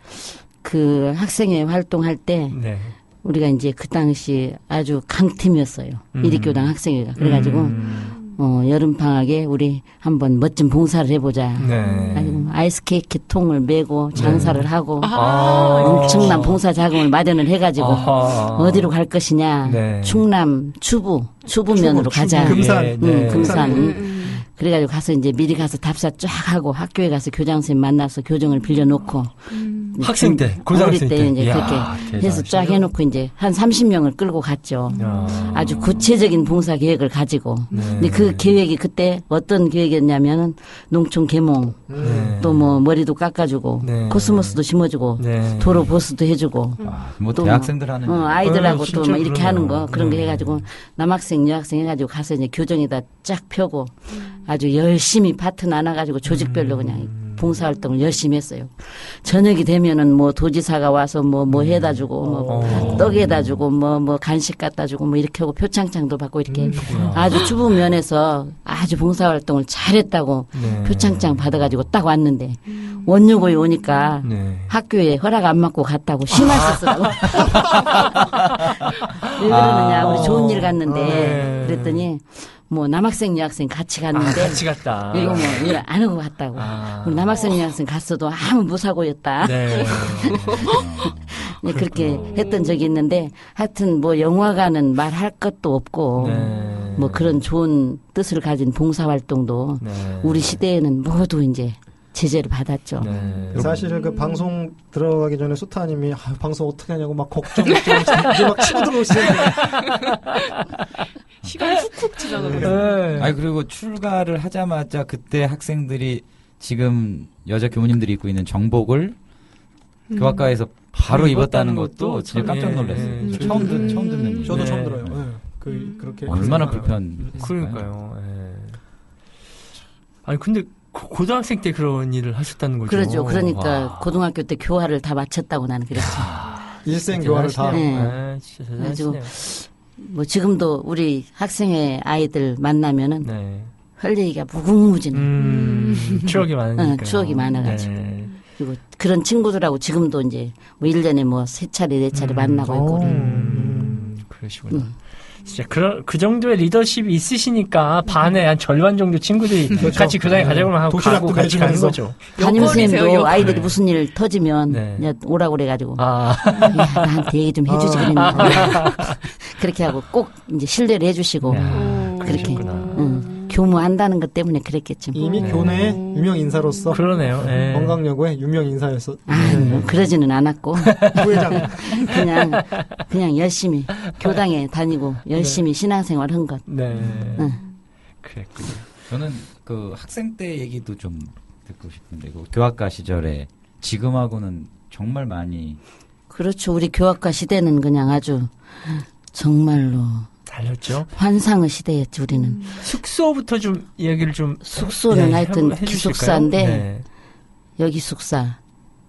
그 학생회 활동할 때 네. 우리가 이제 그 당시 아주 강팀이었어요. 음. 이리교당 학생회가 그래가지고 음. 어, 여름 방학에 우리 한번 멋진 봉사를 해보자. 네. 아니면 아이스 케이크 통을 메고 장사를 하고 아, 엄청난 봉사 자금을 마련을 해가지고 아하. 어디로 갈 것이냐. 네. 충남 추부 추부면으로 가자. 금- 금산. 예, 음, 금산. 음, 음. 그래가지고 가서 이제 미리 가서 답사 쫙 하고 학교에 가서 교장 선생님 만나서 교정을 빌려놓고 음. 학생 때, 고등학생 어릴 때 때. 이제 이야, 그렇게 해서 대단하시네요. 쫙 해놓고 이제 한 30명을 끌고 갔죠. 야. 네. 아주 구체적인 봉사 계획을 가지고. 근데 그 계획이 그때 어떤 계획이었냐면은 농촌 계몽, 네. 또 뭐 머리도 깎아주고, 네. 코스모스도 심어주고, 네. 도로 보수도 해주고, 아, 뭐 또 대학생들 하는. 어, 어, 아이들하고 진짜 또 막 이렇게 그러네요. 하는 거 그런 거 네. 해가지고 남학생 여학생 해가지고 가서 이제 교정에다 쫙 펴고 아주 열심히 파트 나눠가지고 조직별로 음. 그냥 봉사활동을 열심히 했어요. 저녁이 되면은 뭐 도지사가 와서 뭐 뭐 해다 주고 뭐 네. 어. 떡 해다 주고 뭐 뭐 간식 갖다 주고 뭐 이렇게 하고 표창장도 받고 이렇게 음, 아주 주부 면에서 아주 봉사활동을 잘했다고 네. 표창장 받아가지고 딱 왔는데 원유고에 오니까 네. 학교에 허락 안 맞고 갔다고 심할 썼어요. 왜 그러느냐, 우리 좋은 일 갔는데 아. 네. 그랬더니 뭐 남학생 여학생 같이 아, 갔는데 같이 갔다. 이거 뭐 일 안 하고 갔다고. 아. 우리 남학생 여학생 갔어도 아무 무사고였다. 네. 네, 그렇게 했던 적이 있는데 하여튼 뭐 영화관은 말할 것도 없고 네. 뭐 그런 좋은 뜻을 가진 봉사활동도 네. 우리 시대에는 모두 이제 제재를 받았죠. 네. 사실은 그 방송 들어가기 전에 수타님이 아, 방송 어떻게 하냐고 막 걱정, 걱정, 이제 막 치고 들어오시는데. 시간이 훅훅 지나가고 네. 아니 그리고 출가를 하자마자 그때 학생들이 지금 여자 교무님들이 입고 있는 정복을 음. 교학과에서 그 바로 입었다는 음. 것도 진짜 깜짝 놀랐어요. 예, 예. 처음 듣 처음 듣는 일인데. 저도 네. 처음 들어요. 예. 그, 그렇게. 얼마나 생각해요. 불편. 아, 그러니까요. 예. 아니 근데 고, 고등학생 때 그런 일을 하셨다는 거죠. 그러죠. 그러니까 와. 고등학교 때 교화를 다 마쳤다고 나는 그랬죠. 일생 교화를 다. 대단하시네요. 예, 진짜 아주- 대단하시네요. 뭐 지금도 우리 학생회 아이들 만나면은 네. 할 얘기가 무궁무진. 음, 추억이 많으니까. 추억이 많아가지고. 네. 그리고 그런 친구들하고 지금도 이제 뭐 1년에 뭐 세 차례, 네 차례 만나고 있고. 음. 그래요. 음, 그러시구나. 음. 진짜 그런 그 정도의 리더십이 있으시니까 반의 한 절반 정도 친구들이 그렇죠. 같이 그 장에 가자고만 하고 도시락도 가고 같이 가는 내주면서. 거죠. 여건이세요, 담임쌤도 여건. 아이들이 무슨 일 터지면 네. 이제 오라고 그래가지고 아, 야, 나한테 얘기 좀 해주지 그랬나 그렇게 하고 꼭 이제 신뢰를 해주시고 어. 야, 그렇게. 그러셨구나. 응. 교무한다는 것 때문에 그랬겠지 뭐. 이미 네. 교내 유명 인사로서 그러네요. 예. 건강여고의 유명 인사였어. 아, 뭐 그러지는 않았고 부회장. 그냥 그냥 열심히 교당에 다니고 열심히 신앙생활 한 것. 네. 응. 그랬군요. 저는 그 학생 때 얘기도 좀 듣고 싶은데 그 교학과 시절에 지금하고는 정말 많이 그렇죠. 우리 교학과 시대는 그냥 아주 정말로 달렸죠. 환상의 시대였지 우리는. 숙소부터 좀 얘기를 좀 숙소는 예, 하여튼 해보- 해주실까요? 기숙사인데 네. 여기 숙사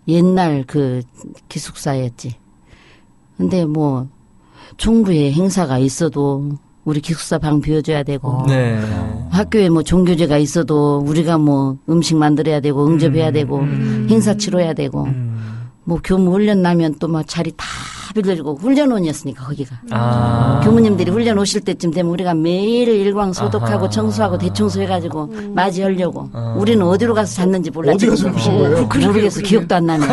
옛날 그 기숙사였지. 근데 뭐 총부에 행사가 있어도 우리 기숙사 방 비워줘야 되고 네. 학교에 뭐 종교제가 있어도 우리가 뭐 음식 만들어야 되고 응접해야 음, 되고 음. 행사 치러야 되고 음. 뭐 교무 훈련 나면 또 막 자리 다 빌려주고 훈련원이었으니까 거기가 아. 교무님들이 훈련 오실 때쯤 되면 우리가 매일 일광 소독하고 아하. 청소하고 대청소 해가지고 맞이하려고 우리는 어디로 가서 잤는지 몰라 어디 가서 보신 거예요? 모르겠어 기억도 안 나네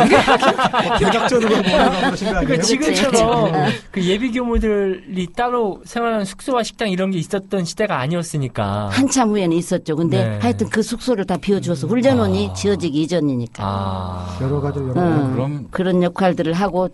대작전으로 뭐라고 그러신 거 아니에요? 그러니까 지금처럼 네. 그 예비 교무들이 따로 생활하는 숙소와 식당 이런 게 있었던 시대가 아니었으니까. 한참 후에는 있었죠 근데 네. 하여튼 그 숙소를 다 비워주어서 훈련원이 아. 지어지기 이전이니까 아. 여러 가지 여러 응. 가지. 그럼 그런 역할들을 하고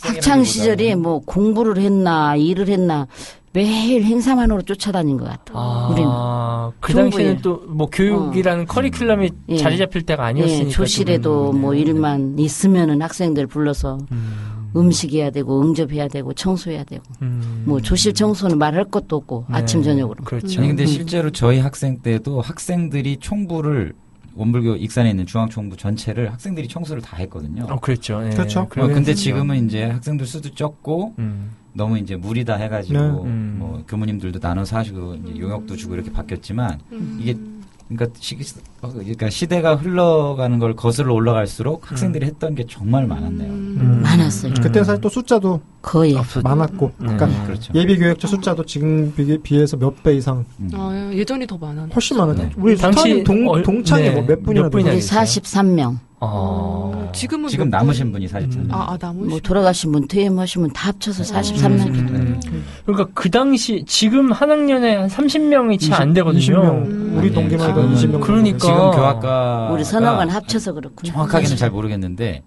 학창 시절에 뭐 공부를 했나 일을 했나 매일 행사만으로 쫓아다닌 것 같아 우리는 아, 그 충분히. 당시에는 또 뭐 교육이라는 커리큘럼이 어. 예. 자리 잡힐 때가 아니었으니까 예, 조실에도 지금은. 뭐 일만 있으면은 학생들 불러서 음. 음식해야 되고 응접해야 되고 청소해야 되고 음. 뭐 조실 청소는 말할 것도 없고 네. 아침 저녁으로 그렇죠. 아니 근데 실제로 저희 학생 때도 학생들이 총부를 원불교 익산에 있는 중앙 총부 전체를 학생들이 청소를 다 했거든요. 어, 그렇죠. 예. 그렇죠. 어, 그러면- 근데 지금은 이제 학생들 수도 적고 음. 너무 이제 무리다 해가지고 네. 음. 뭐 교무님들도 나눠서 하시고 음. 이제 용역도 주고 이렇게 바뀌었지만 이게 그러니까 시, 그러니까 시대가 흘러가는 걸 거슬러 올라갈수록 음. 학생들이 했던 게 정말 많았네요. 음. 음. 많았어요. 음. 그때 사실 또 숫자도 거의 많았고, 그러니까 음. 그렇죠. 예비 교육자 숫자도 지금 비해- 비해서 몇 배 이상 음. 아, 예전이 더 많았네. 훨씬 많은데 네. 우리 당시 수타님 동 얼- 동창이 네. 뭐몇 몇 분이나 분이나 되죠? 우리 있어요? 43명 어. 지금은 지금 몇 남으신 분? 분이 43명. 예. 아, 아 남으신 뭐 돌아가신 분 퇴임하신 분 다 합쳐서 43명 음. 네. 그러니까 그 당시 지금 한 학년에 한 30명이 채 안 20 되거든요. 음. 20명. 우리 아니에요. 동기만 해도 지금은 20명. 그러니까. 지금 교학과 우리 선학원 아, 합쳐서 그렇구나 정확하게는 잘 모르겠는데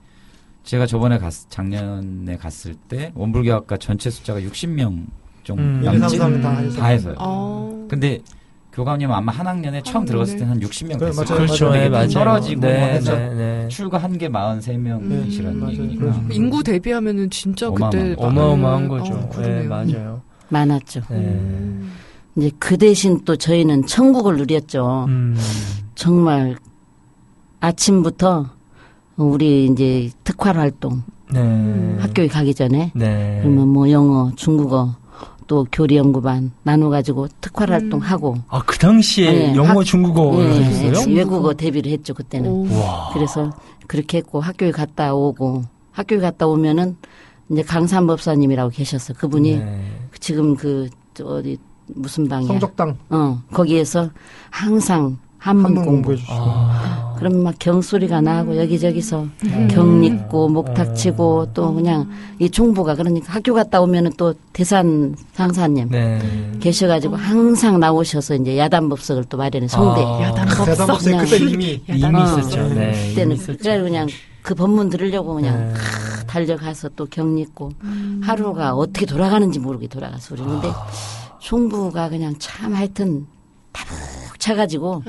제가 저번에 갔 작년에 갔을 때 원불교학과 전체 숫자가 60명 정도 음. 남짓 1, 2, 3, 4, 5, 6, 7, 8, 9, 10. 다 해서요. 아. 근데 교감님 은 아마 한 학년에 처음 한 들어갔을 학년에? 때는 한 60명 됐을 그래, 네, 맞아요. 거예요. 그렇죠. 근데 예, 이게 맞아요. 떨어지고 네, 해서 네, 네. 출가한 게 43명이시라는 맞아요. 얘기니까. 그렇죠. 인구 대비하면은 진짜 그때 어마어마한 어마어마한 많은- 거죠. 어, 예, 아, 그러네요. 음. 맞아요. 많았죠 네. 이제 그 대신 또 저희는 천국을 누렸죠 음. 정말 아침부터 우리 이제 특활 활동 네. 음. 학교에 가기 전에 네. 그러면 뭐 영어 중국어 또 교리 연구반 나눠 가지고 특활 활동하고 아, 그 당시에 네, 영어, 학- 중국어를 예, 하셨어요? 예, 외국어 데뷔를 했죠 그때는 오. 와. 그래서 그렇게 했고 학교에 갔다 오고 학교에 갔다 오면은 이제 강산 법사님이라고 계셨어 그분이 네. 지금 그 어디 무슨 아, 예. 방이야 성적당 어 거기에서 항상 한문 한문 공부, 공부해 주시고 그러니까. 아. 그럼 막 경소리가 나고 여기저기서 음. 경 읽고 음. 네. 목탁 치고 또 그냥 이 총부가 그러니까 학교 갔다 오면은 또 대산 상사님 네. 계셔가지고 항상 나오셔서 이제 야단법석을 또 마련해 송대 아. 대단법세 그냥- 그때 이미 이미 어. 있었죠. 네. 이미 그때는 있었죠. 그래 그냥 그 법문 들으려고 그냥 네. 달려가서 또 경리고 하루가 어떻게 돌아가는지 모르게 돌아가서 우리 근데 총부가 그냥 참 하여튼 다푹 차가지고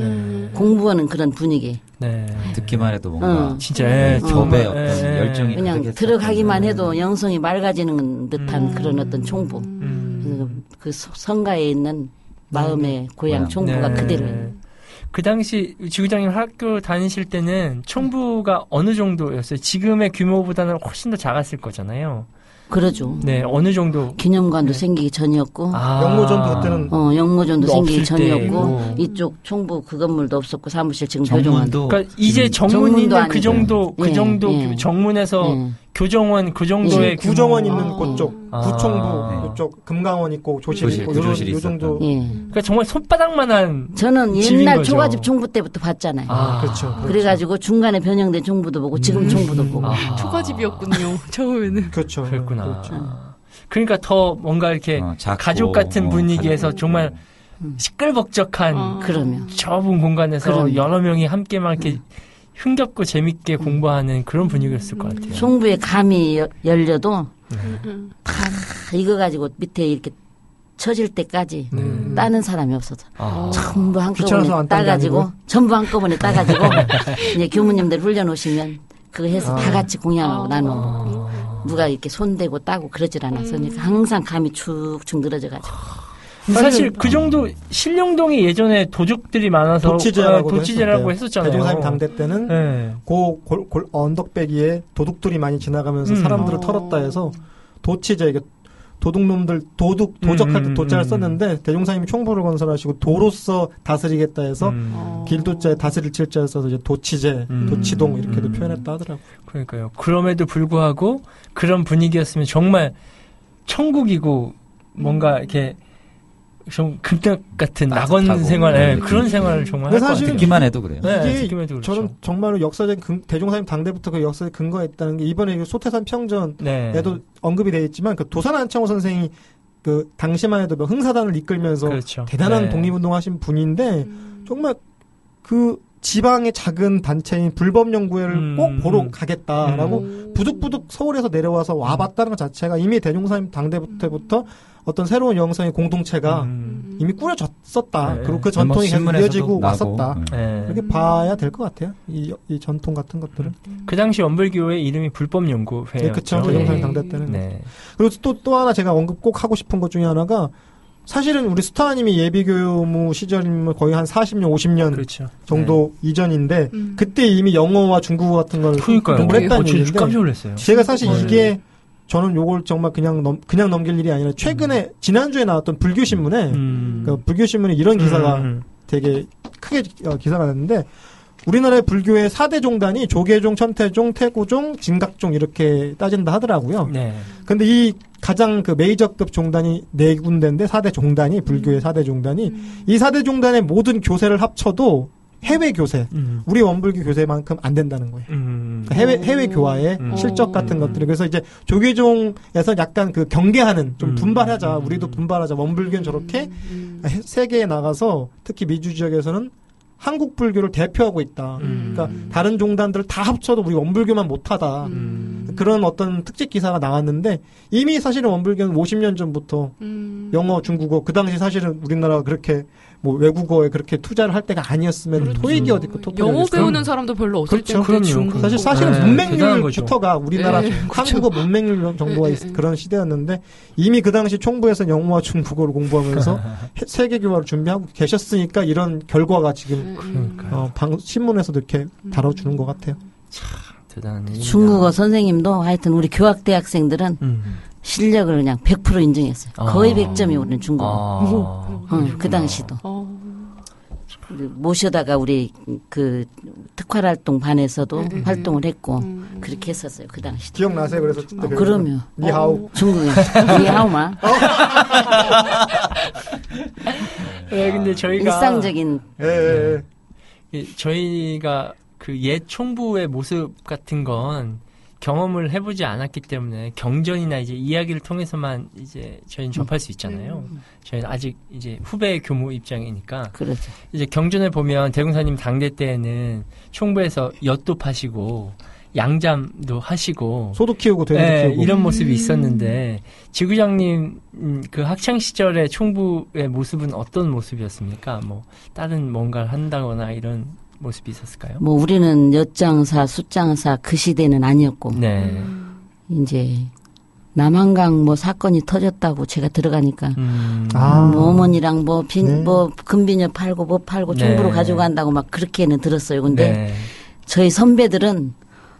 공부하는 그런 분위기 네. 듣기만 해도 뭔가 응. 진짜 예, 법에 예, 어떤 예. 열정이 그냥 가득했었던 거예요. 들어가기만 네. 해도 영성이 맑아지는 듯한 그런 어떤 총부 음. 그래서 그 서- 성가에 있는 마음의 고향 고향. 총부가 네. 그대로 그 당시 지구장님 학교 다니실 때는 총부가 어느 정도였어요? 지금의 규모보다는 훨씬 더 작았을 거잖아요. 그러죠. 네, 어느 정도. 기념관도 네. 생기기 전이었고, 아. 영모전 받 때는 어, 영모전도 또 생기기 없을 전이었고, 때고. 어. 이쪽 총부 그 건물도 없었고, 사무실 지금 교정원. 정문도 그러니까 이제 음. 정문도 정문인데 그 아니고요. 정도 그 예, 정도 예. 정문에서 예. 교정원 그 정도의 규모. 구정원 있는 아. 곳쪽, 아. 그 구청부 네. 그쪽, 금강원 있고 조실 조실, 있고 구조실이 요 정도. 예. 그러니까 정말 손바닥만한 저는 집인 옛날 거죠. 초가집 총부 때부터 봤잖아요. 아. 그렇죠. 그렇죠. 그래가지고 중간에 변형된 총부도 보고, 지금 음. 총부도 보고. 아. 초가집이었군요. 처음에는. 그렇죠. 그랬구나. 그렇죠. 그러니까 더 뭔가 이렇게 어, 작고, 가족 같은 어, 분위기에서 가족. 정말 시끌벅적한 어. 그러면. 좁은 공간에서 그럼요. 여러 명이 함께 막 음. 이렇게 흥겹고 재밌게 공부하는 그런 분위기였을 것 같아요. 송부에 감이 여- 열려도 음. 다 익어 가지고 밑에 이렇게 쳐질 때까지 네. 따는 사람이 없어서 아. 전부 귀찮아서 한꺼번에 안 따는 게 따가지고 아니고? 전부 한꺼번에 따가지고 이제 교무님들 훈련 오시면 그거 해서 다 같이 공양하고 아. 나눠 누가 이렇게 손대고 따고 그러질 않아서 그러니까 항상 감이 축축 늘어져 가지고 아. 근데 사실 그 정도 신령동이 예전에 도적들이 많아서 도치제라고 어, 도치제라고 했었잖아요. 대종사님 당대 때는 어. 네. 고 골, 골- 언덕배기에 도둑들이 많이 지나가면서 음. 사람들을 어. 털었다 해서 도치제 이게 도둑놈들 도둑 도적할 음, 때 도자를 음, 썼는데 대종사님이 총부를 건설하시고 도로서 다스리겠다 해서 음. 어. 길도자에 다스릴 칠자에 써서 이제 도치제, 음. 도치동 이렇게도 음. 표현했다 하더라고. 요 그러니까요. 그럼에도 불구하고 그런 분위기였으면 정말 천국이고 뭔가 이렇게 좀 금떡 같은 따뜻하고 낙원 생활, 예, 네, 그런 생활을 정말 근데 할것 사실은 같아요. 듣기만 해도 그래요. 네, 이게 듣기만 해도 그렇죠. 저는 정말로 역사적인 근- 대종사님 당대부터 그 역사의 근거에 있다는 게 이번에 그 소태산 평전 네. 에도 언급이 돼 있지만 그 도산 안창호 선생이 그 당시만 해도 뭐 흥사단을 이끌면서 그렇죠. 대단한 네. 독립운동하신 분인데 정말 그 지방의 작은 단체인 불법연구회를 음, 꼭 보러 음. 가겠다라고 뭐, 부득부득 서울에서 내려와서 와봤다는 것 자체가 이미 대종사님 당대부터 어떤 새로운 영성의 공동체가 음. 이미 꾸려졌었다. 네. 그리고 그 뭐 전통이 계속 신문에서도 이어지고 나고, 왔었다. 네. 예. 이렇게 봐야 될 것 같아요. 이, 이 전통 같은 것들을. 그 당시 원불교의 이름이 네, 불법연구회였죠. 그쵸. 예. 대종사님 당대 때는. 네. 그리고 또 또 하나 제가 언급 꼭 하고 싶은 것 중에 하나가 사실은 우리 스타님이 예비교무 시절이면 거의 한 40년, 50년 그렇죠. 정도 이전인데 음. 그때 이미 영어와 중국어 같은 걸 네. 그러니까요. 공부를 어, 했다는 저 얘기인데 깜짝 놀랐어요. 제가 사실 네. 이게 저는 요걸 정말 그냥 넘, 그냥 넘길 일이 아니라 최근에 지난주에 나왔던 불교 신문에 음. 그 불교 신문에 이런 기사가 음. 되게 크게 어, 기사가 났는데 우리나라의 불교의 4대 종단이 조계종, 천태종, 태고종, 진각종 이렇게 따진다 하더라고요. 네. 근데 이 가장 그 메이저급 종단이 네 군데인데 4대 종단이 불교의 4대 종단이 이 4대 종단의 모든 교세를 합쳐도 해외 교세, 음. 우리 원불교 교세만큼 안 된다는 거예요. 음. 그러니까 해외 해외 교화의 음. 실적 같은 음. 것들이 그래서 이제 조계종에서 약간 그 경계하는 좀 음. 분발하자 음. 우리도 분발하자 원불교는 저렇게 음. 해- 세계에 나가서 특히 미주 지역에서는 한국 불교를 대표하고 있다. 음. 그러니까 다른 종단들을 다 합쳐도 우리 원불교만 못하다. 음. 그런 어떤 특집 기사가 나왔는데 이미 사실은 원불교는 50년 전부터 음. 영어, 중국어 그 당시 사실은 우리나라가 그렇게 뭐 외국어에 그렇게 투자를 할 때가 아니었으면 토익이 어디 있고 토플이 그렇죠. 영어 어디 있어요? 배우는 사람도 별로 없을 그렇죠. 텐데 그럼요. 중국 사실 사실은 네, 대단한 거죠. 문맹률부터가 우리나라 네, 한국어 문맹률 정도가 네, 있- 네, 네. 그런 시대였는데 이미 그 당시 총부에서 영어와 중국어를 공부하면서 해- 세계 교화를 준비하고 계셨으니까 이런 결과가 지금 음. 그러니까요. 어, 방- 신문에서도 이렇게 다뤄주는 것 같아요. 대단한 얘기입니다. 중국어 선생님도 하여튼 우리 교학대 학생들은 음. 실력을 그냥 100% 인정했어요. 아. 거의 100점이 우리는 중국어. 아. 어, 음. 그 당시도. 모셔다가 우리 그 특활활동 반에서도 활동을 했고 음. 그렇게 했었어요 그 당시. 기억나세요? 아, 아, 그래서 어, 그럼요. 어. 니하오 중국에 니하오마 그러니까. 네, 근데 저희가 일상적인 예, 예, 예. 이- 저희가 그 옛 총부의 모습 같은 건 경험을 해보지 않았기 때문에 경전이나 이제 이야기를 통해서만 이제 저희는 접할 수 있잖아요. 저희는 아직 이제 후배 교무 입장이니까 그렇죠. 이제 경전을 보면 대공사님 당대 때에는 총부에서 엿도 파시고 양잠도 하시고 소도 키우고 돼지도 예, 키우고 이런 모습이 있었는데 지구장님 음, 그 학창 시절의 총부의 모습은 어떤 모습이었습니까? 뭐 다른 뭔가를 한다거나 이런 모습이 있었을까요? 뭐 우리는 엿장사, 숫장사 그 시대는 아니었고 네. 음. 이제 남한강 뭐 사건이 터졌다고 제가 들어가니까 음. 아. 뭐 어머니랑 뭐 빈 뭐 네. 금비녀 팔고 뭐 팔고 네. 정부로 가지고 간다고 막 그렇게는 들었어요. 근데 네. 저희 선배들은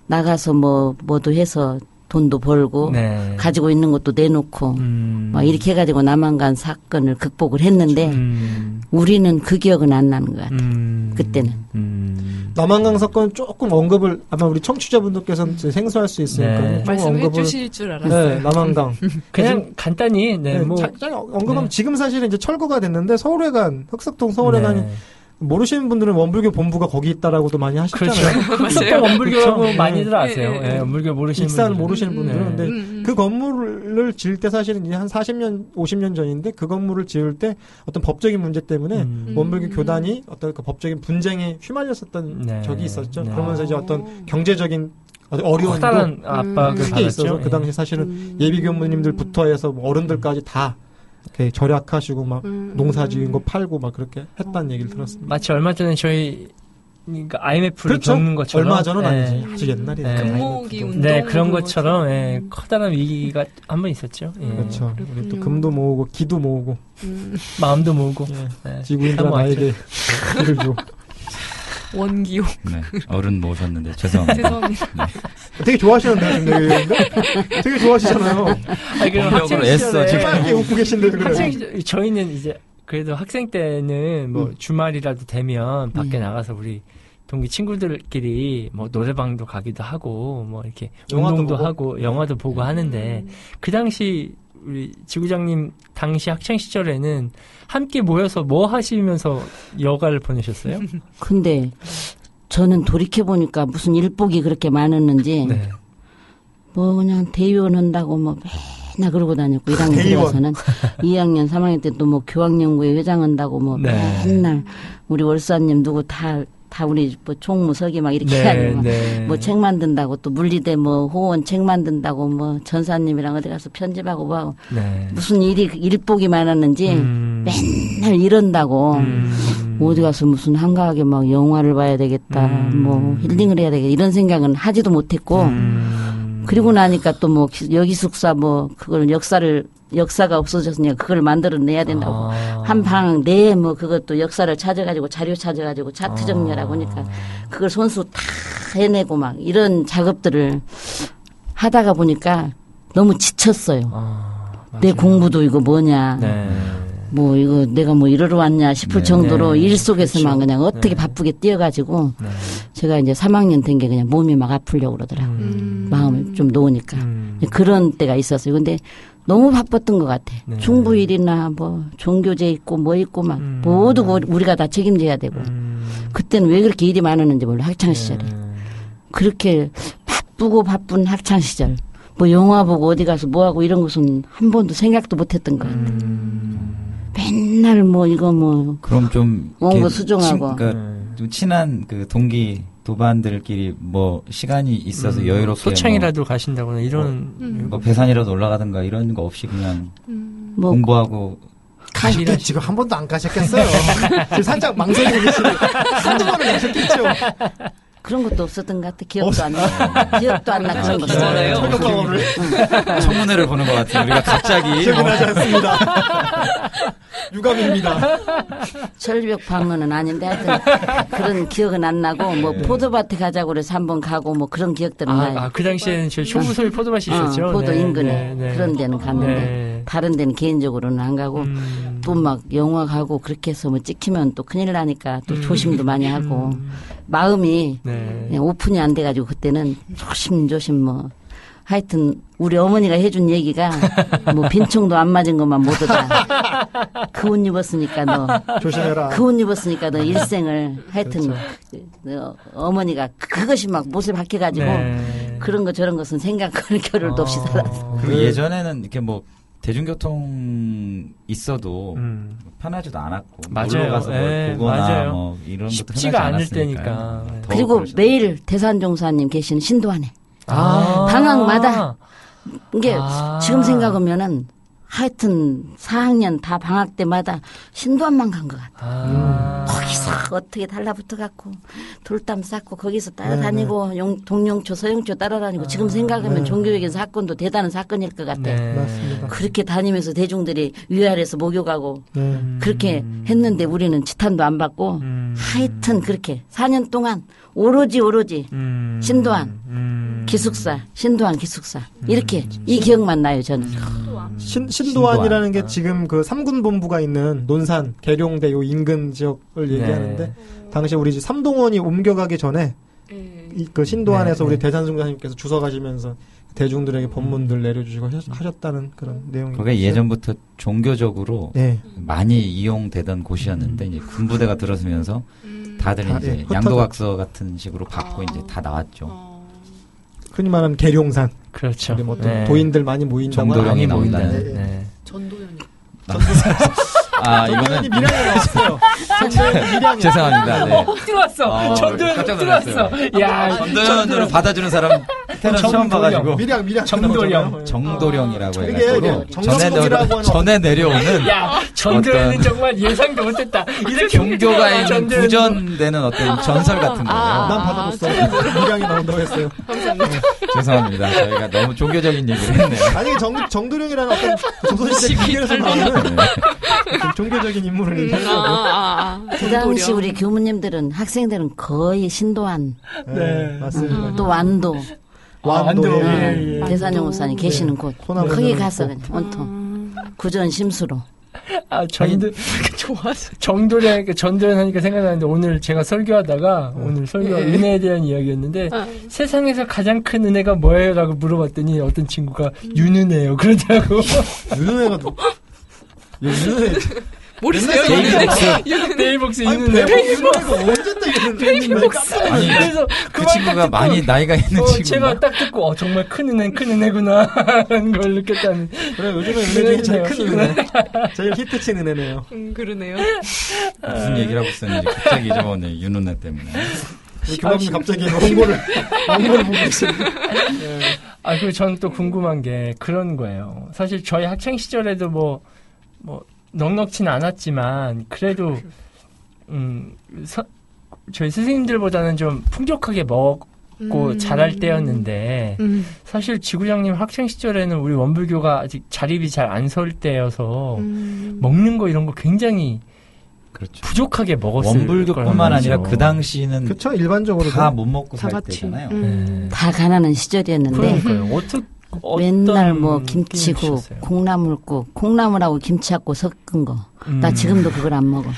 나가서 뭐 뭐도 해서 돈도 벌고 네. 가지고 있는 것도 내놓고 음. 막 이렇게 해가지고 남한간 사건을 극복을 했는데 음. 우리는 그 기억은 안 나는 것 같아요. 음. 그때는. 음. 남한강 사건 조금 언급을 아마 우리 청취자분들께서는 이제 생소할 수 있으니까 네. 조금 말씀해 언급을 주실 줄 알았어요. 네, 남한강. 그냥 간단히 네, 네, 뭐 자- 자- 언급하면 네. 지금 사실은 이제 철거가 됐는데 서울회관, 흑석동 서울회관이 네. 모르시는 분들은 원불교 본부가 거기 있다라고도 많이 하시잖아요. 그렇죠. 맞아요. 흑석동 원불교라고 그렇죠. 많이들 아세요. 네, 예, 네. 원불교 모르시는 익산 분들은. 모르시는 음, 분들은. 음, 근데 음, 그 건물을 지을 때 사실은 이제 한 40년, 50년 전인데 그 건물을 지을 때 어떤 법적인 문제 때문에 음. 원불교 음. 교단이 어떤 그 법적인 분쟁에 휘말렸었던 네. 적이 있었죠. 네. 그러면서 이제 어떤 오. 경제적인 어떤 어려움도 커다란 음. 압박을 크게 있어서 받았죠. 예. 그 당시 사실은 예비 음. 교무님들부터 해서 뭐 어른들까지 다 이렇게 절약하시고 막 음, 농사 음, 지은 거 팔고 막 그렇게 했다는 얘기를 들었습니다. 마치 얼마 전에 저희 그러니까 IMF를 그렇죠. 겪는 것처럼 얼마 전은 예. 아니지. 아주 옛날이네. 네. 금목이 운동 네 그런 것처럼 예, 커다란 위기가 한 번 있었죠. 예. 그렇죠. 그렇군요. 우리 또 금도 모으고 기도 모으고 음, 마음도 모으고 예. 지구인들아 참 와이드. 나에게 기를 줘. 원기요. 네. 어른 모셨는데 죄송합니다. 죄송합니다. 되게 좋아하시는데요, 지금 내 의원인데? 되게 좋아하시잖아요. 네. 예. 아니, 그럼 네. 공격으로 학창 애써 시절에- 지금 빨개 웃고 계신데 그래. 학생 네. 시절- 저희는 이제 그래도 학생 때는 음. 뭐 주말이라도 되면 밖에 네. 나가서 우리 동기 친구들끼리 뭐 노래방도 가기도 하고 뭐 이렇게 영화도 운동도 보고? 하고 영화도 음. 보고 하는데 그 당시 우리 지구장님 당시 학창 시절에는 함께 모여서 뭐 하시면서 여가를 보내셨어요? 근데 저는 돌이켜 보니까 무슨 일복이 그렇게 많았는지 네. 뭐 그냥 대의원 한다고 뭐 맨날 그러고 다녔고 1학년 대의원. 들어와서는 2학년 3학년 때 또 뭐 교학연구회 회장 한다고 뭐 네. 맨날 우리 월사님 누구 다 다 우리 뭐 총무석이 막 이렇게 네, 해가지고 네. 뭐 책 만든다고 또 물리대 뭐 호원 책 만든다고 뭐 전사님이랑 어디 가서 편집하고 뭐 하고 네. 무슨 일이 일복이 많았는지 음, 맨날 이런다고 음. 어디 가서 무슨 한가하게 막 영화를 봐야 되겠다, 음. 뭐 힐링을 해야 되겠다 이런 생각은 하지도 못했고 음. 그리고 나니까 또 뭐 여기 숙사 뭐 그걸 역사를 역사가 없어졌으니까 그걸 만들어내야 된다고 아. 한 방 내에 뭐 그것도 역사를 찾아가지고 자료 찾아가지고 차트 정렬하고 하니까 그걸 손수 다 해내고 막 이런 작업들을 하다가 보니까 너무 지쳤어요. 아, 내 맞아요. 네, 공부도 이거 뭐냐. 네. 뭐 이거 내가 뭐 이러러 왔냐 싶을 네. 정도로 네. 일 속에서만 그렇죠. 그냥 어떻게 네. 바쁘게 뛰어가지고 네. 제가 이제 3학년 된 게 그냥 몸이 막 아프려고 그러더라고 요 음. 마음을 좀 놓으니까 음. 그런 때가 있었어요. 근데 너무 바빴던 것 같아. 네. 중부일이나 뭐 종교제 있고 뭐 있고 막 음. 모두 뭐 우리가 다 책임져야 되고 음. 그때는 왜 그렇게 일이 많았는지 몰라 학창 시절에 그렇게 바쁘고 바쁜 학창 시절 뭐 영화 보고 어디 가서 뭐 하고 이런 것은 한 번도 생각도 못했던 것 같아. 음. 맨날 뭐 이거 뭐 그럼 좀 원고 이렇게 수정하고. 친, 네. 그러니까 네. 좀 친한 그 동기 도반들끼리 뭐 시간이 있어서 여유롭게 음, 소창이라도 가신다거나 이런 음. 뭐, 뭐 배산이라도 올라가든가 이런 거 없이 그냥 음. 뭐 공부하고 가셨겠 지금 한 번도 안 가셨겠어요. 지금 살짝 망설이고 계시네. 한두 번은 가셨겠죠. 그런 것도 없었던 것 같아. 기억도 안 어. 나. 기억도 안 나. 그런 거. 없었잖아요. 철벽방어를 그 청문회를 보는 것 같은 우리가 갑자기 기억이 어, 나지 않습니다. 유감입니다. 철벽 방어는 아닌데 하여튼 그런 기억은 안 나고 뭐 포도밭에 가자고 그래서 한 번 가고 뭐 그런 기억들은 나요. 네. 아, 아, 그 당시에는 저희 초무소에 포도밭이 있었죠. 어, 음. 포도 네, 네, 인근에 네. 그런 데는 갔는데 네. 다른 데는 개인적으로는 안 가고 음. 또 막 영화 가고 그렇게 해서 뭐 찍히면 또 큰일 나니까 또 조심도 많이 하고 마음이 음. 네. 그냥 오픈이 안 돼가지고 그때는 조심조심 뭐 하여튼 우리 어머니가 해준 얘기가 뭐 빈총도 안 맞은 것만 못 얻어 그 옷 입었으니까 너 조심해라. 그 옷 입었으니까 너 일생을 하여튼 어, 어머니가 그것이 막 못을 박혀가지고 네. 그런 거 저런 것은 생각할 겨를도 없이 어. 살았어. 그리고 예전에는 이렇게 뭐 대중교통 있어도 음. 편하지도 않았고 맞아요. 놀러 가서 뭘 예, 보거나 맞아요. 뭐 이런 것도 쉽지가 흔하지 않을 않았으니까요. 때니까. 더 그리고 그러셨- 매일 대산종사님 계신 신도안에 아. 방학마다 이게 아. 지금 생각하면은 하여튼 4학년 다 방학 때마다 신도암만 간 것 같아. 아. 음, 거기서 어떻게 달라붙어 갖고 돌담 쌓고 거기서 네, 따라다니고 용, 동룡초 서영초 따라다니고 지금 생각하면 네. 종교적인 사건도 대단한 사건일 것 같아. 네. 맞습니다. 그렇게 다니면서 대중들이 위아래에서 목욕하고 네. 그렇게 했는데 우리는 지탄도 안 받고 음. 하여튼 그렇게 4년 동안 오로지 오로지 음. 신도안. 음. 기숙사 신도안 기숙사 이렇게 이 기억만 나요 저는 신, 신도안이라는 신도안. 게 지금 그 삼군 본부가 있는 논산, 계룡대 요 인근 네. 지역을 얘기하는데 당시 우리 이제 삼동원이 옮겨가기 전에 네. 이- 그 네, 신도안에서 네. 우리 대산승자님께서 주서 가시면서 대중들에게 법문들 내려주시고 하셨- 하셨다는 그런 내용이 그게 있어요. 예전부터 종교적으로 예. 네. 많이 이용되던 곳이었는데 음. 이제 군부대가 들어서면서 음. 다들 다, 예, 이제 흩어져. 양도각서 같은 식으로 받고 아. 이제 다 나왔죠. 어. 흔히 말하는 계룡산 그렇죠. 우리 뭐 또 네. 도인들 많이 모인다고 정도령이 하는 많이 나온다는. 모인다는. 네. 전도연이. 아 이거는 미량이 나왔어요. 네. 죄송합니다. 네. 훅 들어왔어. 아, 전도연 깜짝 훅 들어왔어. 놀랐어요. 아, 야, 전도연으로 받아주는 사람 태어나서 처음 정도령. 봐가지고 미량 미량 정도령. 나오잖아요. 네. 정도령이라고 이게 해가지고 정- 전에, 정도령이라고 내려, 하는 전에 내려오는 야, 전도연은 어떤- 정말 예상도 못했다. 이렇게 종교가 훅 있는 들어와, 전도연. 구전되는 어떤 전설 같은 거예요. 아, 난 아, 받아줬어. 미량이 나온다고 했어요. 죄송합니다. 저희가 너무 종교적인 얘기를 했네요. 아니 정 정도령이라는 어떤 조선시대 기계에서 나오는 그 좀 종교적인 인물을 음, 아, 얘기하려고. 아, 아. 그 당시 전도령. 우리 교무님들은 학생들은 거의 신도안 네, 네. 맞습니다. 또 완도 네. 완도. 완도. 예. 예, 예. 대산용 목사님 계시는 곳 호남 거기 연변 가서 있고. 그냥 음. 온통 구전 심수로 아, 전도 좋아서. 정도령 그 전도연 하니까 생각나는데 오늘 제가 설교하다가 오늘 설교 예. 은혜에 대한 이야기였는데 아. 세상에서 가장 큰 은혜가 뭐예요라고 물어봤더니 어떤 친구가 윤은혜요 그러더라고. 윤은혜가 누- 윤은혜 모르세요? 옛날에 이거는? 네이복스 아니 윤은혜. 베이비복스가 언제 또 윤은혜 아니 그래서 그 그 말딱 친구가 듣고 많이 나이가 있는 어, 친구가 제가 딱 듣고 어, 정말 큰 은혜 큰 은혜구나 라는 걸 느꼈다는 그래 요즘에 은혜 중에 제일 큰 윤은혜요. 은혜 제일 히트친 은혜네요 음, 그러네요. 무슨 얘기를 하고 있었는지 갑자기 잊어먹었네요. 윤은혜 때문에. 우리 교감님 갑자기 원고를 원고를 보고 계시네 아, 그리고 저는 또 궁금한 게 그런 거예요. 사실 저희 학창 시절에도 뭐, 뭐, 넉넉진 않았지만, 그래도, 음, 서- 저희 선생님들보다는 좀 풍족하게 먹고 음. 자랄 때였는데, 음. 사실 지구장님 학창 시절에는 우리 원불교가 아직 자립이 잘 안 설 때여서, 어, 음. 먹는 거 이런 거 굉장히 그렇죠. 부족하게 먹었을 원불교뿐만 거란 아니라 말이죠. 그 당시는 그쵸 일반적으로 다 못 먹고 뭐 다살 음. 같이. 때잖아요. 네. 다 가난한 시절이었는데 그러니까요. 어떻게, 맨날 뭐 어떤 김치국, 느낌이셨어요? 콩나물국, 콩나물하고 김치하고 섞은 거. 나 음. 지금도 그걸 안 먹어.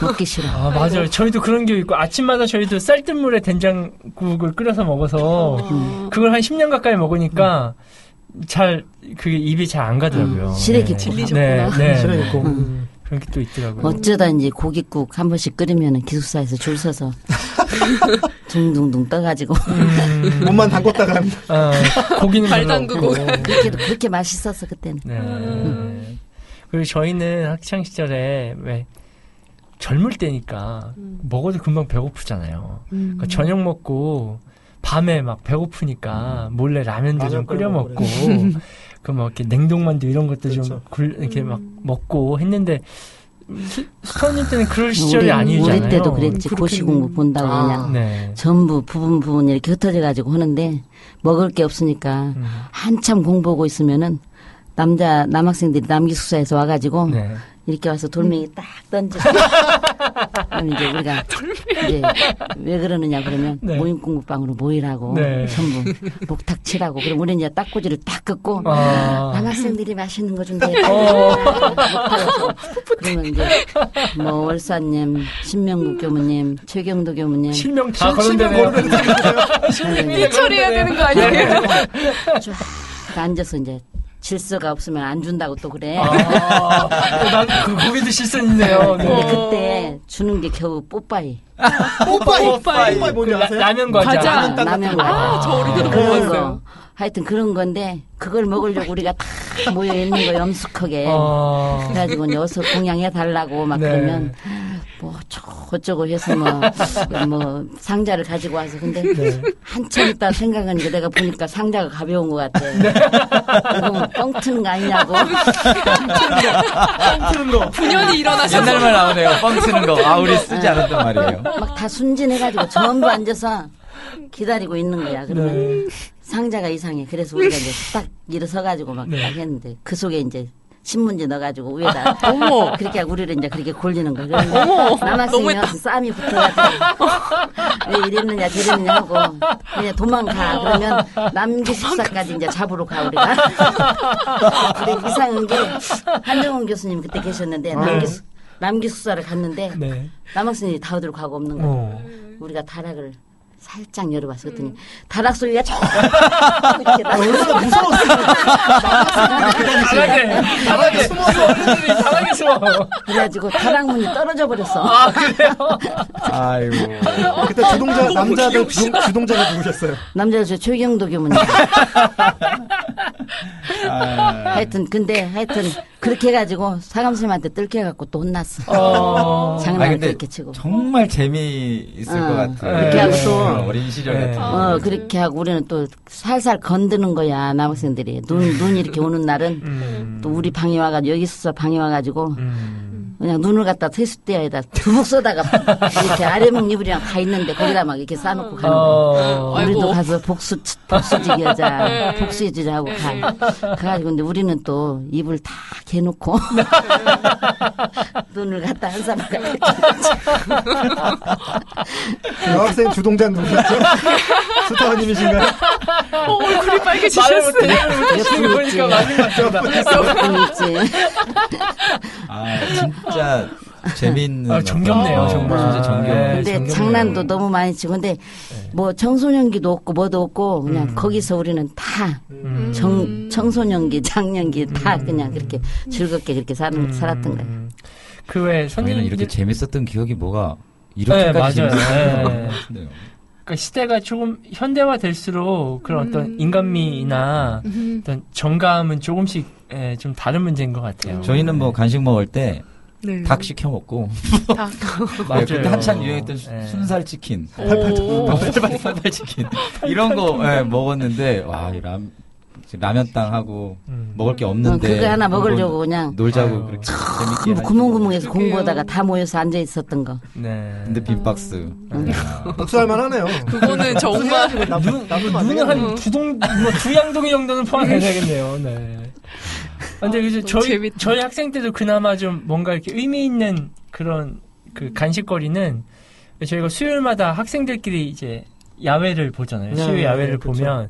먹기 싫어. 아, 맞아요. 저희도 그런 게 있고, 아침마다 저희도 쌀뜨물에 된장국을 끓여서 먹어서, 음. 그걸 한 10년 가까이 먹으니까, 잘, 그게 입이 잘 안 가더라고요. 음, 시래기 네. 질리셨구나. 네, 네. 실은 있고 음. 그런 게 또 있더라고요. 어쩌다 이제 고깃국 한 번씩 끓이면 기숙사에서 줄 서서 둥둥둥 떠가지고 음, 몸만 담궜다가 아, 고기는 발 별로 담그고. 없고. 그렇게도 그렇게 맛있었어 그때는. 네. 음. 그리고 저희는 학창시절에, 왜, 젊을 때니까, 먹어도 금방 배고프잖아요. 음. 그러니까 저녁 먹고 밤에 막 배고프니까 몰래 라면도 라면 좀 끓여 끓여 먹고 먹고 그 막 이렇게 냉동만두 이런 것도 좀 그렇죠. 굴, 이렇게 음. 막 먹고 했는데 수- 수사님 때는 그럴 시절이 아니잖아요. 우리 때도 그랬지. 고시공부 본다고 아. 그냥 네. 전부 부분 부분 이렇게 흩어져 가지고 하는데 먹을 게 없으니까 음. 한참 공부하고 있으면은 남자 남학생들이 남기 숙사에서 와가지고 네. 이렇게 와서 음. 돌멩이 딱 던지고 그럼 이제 우리가 이제 왜 그러느냐 그러면 네. 모임 공부방으로 모이라고 네. 전부 목탁 칠하고 그럼 우리는 이제 딱꼬지를 딱 긋고 아. 남학생들이 맛있는 거 준대 어. 그러면 이제 뭐 월사님 신명국 교무님 최경도 교무님 실명 다 실명 거론되네요. 일 처리해야 되는 거 네. 아니에요? 쫙 앉아서 이제 질서가 없으면 안 준다고 또 네. 그래 아, 난그 거기도 실선이네요. 근데 네. 그때 주는 게 겨우 뽀빠이 뽀빠이 뽀빠이. 뽀빠이 뭔지 라- 아세요? 라면 과자. 과자. 라면 과자 저 어른들도 못 그런 먹었어요. 거 하여튼 그런 건데 그걸 먹으려고 우리가 다 모여 있는 거예요 엄숙하게. 어. 그래가지고 이제 어서 공양해 달라고 네. 막 네. 그러면 뭐 어쩌고 해서 뭐, 뭐 상자를 가지고 와서 근데 한참 있다 생각하니까 내가 보니까 상자가 가벼운 것 같아. 이거 뭐 뻥트는 거 아니냐고. 분연이 일어나셔서 옛날 말 나오네요. 뻥 치는 거. 아, 우리 쓰지 않았단 말이에요. 막 다 순진해가지고 전부 앉아서 기다리고 있는 거야. 그러면 네. 상자가 이상해. 그래서 우리가 이제 딱 일어서가지고 막 딱 했는데 그 속에 이제 신문지 넣어가지고 위에다 그렇게 하고 우리를 이제 그렇게 골리는 거예요. 그러면 남학생이면 쌈이 붙어가지고 왜 이랬느냐 저랬느냐 하고 그냥 도망가 그러면 남기 식사까지 이제 잡으러 가 우리가 근데 이상한 게 한정훈 교수님 그때 계셨는데 남기, 수- 남기 숙사를 갔는데 네. 남학생이 다 어디로 가고 없는 거예요. 어. 우리가 다락을 살짝 열어봤었더니 다락 소리가 저 이렇게 나 아, 얼마나 무서웠어. 다락에, 다락에 숨어서 어른들이 다락에 숨어. 그래가지고 다락 문이 떨어져 버렸어. 아이고. 그때 어, 주동자 남자들 주동, 주동자가 누구셨어요? 남자를 저 최경도 교문이. 아. 하여튼 근데 하여튼 그렇게 해가지고 사감선생님한테 뜰게갖고 또 혼났어. 어. 아, 장난을 근데 그렇게 치고. 정말 재미있을 어. 것 같아요. 이렇게 하고 또- 그런 어린 시절 네. 같은 거. 어 그렇게 하고 우리는 또 살살 건드는 거야 남학생들이 눈 눈 이렇게 오는 날은 음. 또 우리 방에 와가지고 여기 있어 방에 와가지고 그냥 눈을 갖다 세숫대에다 두둑 쏘다가 이렇게 아래목 이불이랑 가 있는데 거기다 막 이렇게 싸놓고 가는 거야. 어. 아이고. 우리도 가서 복수 복수지기 여자 네. 복수해주자 하고 네. 가. 가가지고 근데 우리는 또 입을 다 개놓고 눈을 갖다 한 사람 여학생 주동자 누구셨죠? 스타원님이신가요? 어, 얼굴이 말을 빨개지셨어. 못해. 지금 보니까 맞는 것 네. 같습니다. 갖고 있지. 아, 진짜 재미있는. 아, 정겹네요, 어떤- 정말. 진짜 정겨워. 네. 근데 정말. 장난도 너무 많이 치고 근데 네. 뭐 청소년기도 없고 뭐도 없고 음. 그냥 거기서 우리는 다 음. 음. 정, 청소년기, 장년기 음. 다 그냥 그렇게 즐겁게 그렇게 사는, 살았던 거예요. 그외 음. 저희는 선생님 이렇게 이렇게 재밌었던 기억이 뭐가 이렇게까지 네, 맞아요. 재밌었던 것 네. 같은데요. 그러니까 시대가 조금 현대화 될수록 음. 그런 어떤 인간미나 어떤 정감은 조금씩 예, 좀 다른 문제인 것 같아요. 저희는 뭐 간식 먹을 때 닭 네. 시켜 먹고 닭. 네, 그때 한창 유행했던 수- 예. 순살 치킨, 오. 팔팔 치킨 이런 거 예, 먹었는데 와이람 라면 땅하고 음. 먹을 게 어, 없는데 그거 하나 먹으려고 그냥 놀자고 아유. 그렇게 그 재밌게 구멍구멍에서 그러게요. 공부하다가 다 모여서 앉아 있었던 거. 네. 근데 빈박스 복수할 만하네요. 그거는 정말 나쁜 눈은 나쁜 한두 동, 뭐두 양동이 정도는 포함해야 되겠네요. 네. 근데 이제 너무 저희 재밌다. 저희 학생 때도 그나마 좀 뭔가 이렇게 의미 있는 그런 그 간식거리는 저희가 수요일마다 학생들끼리 이제 야외를 보잖아요. 네, 수요 네, 야외를 네, 그렇죠. 보면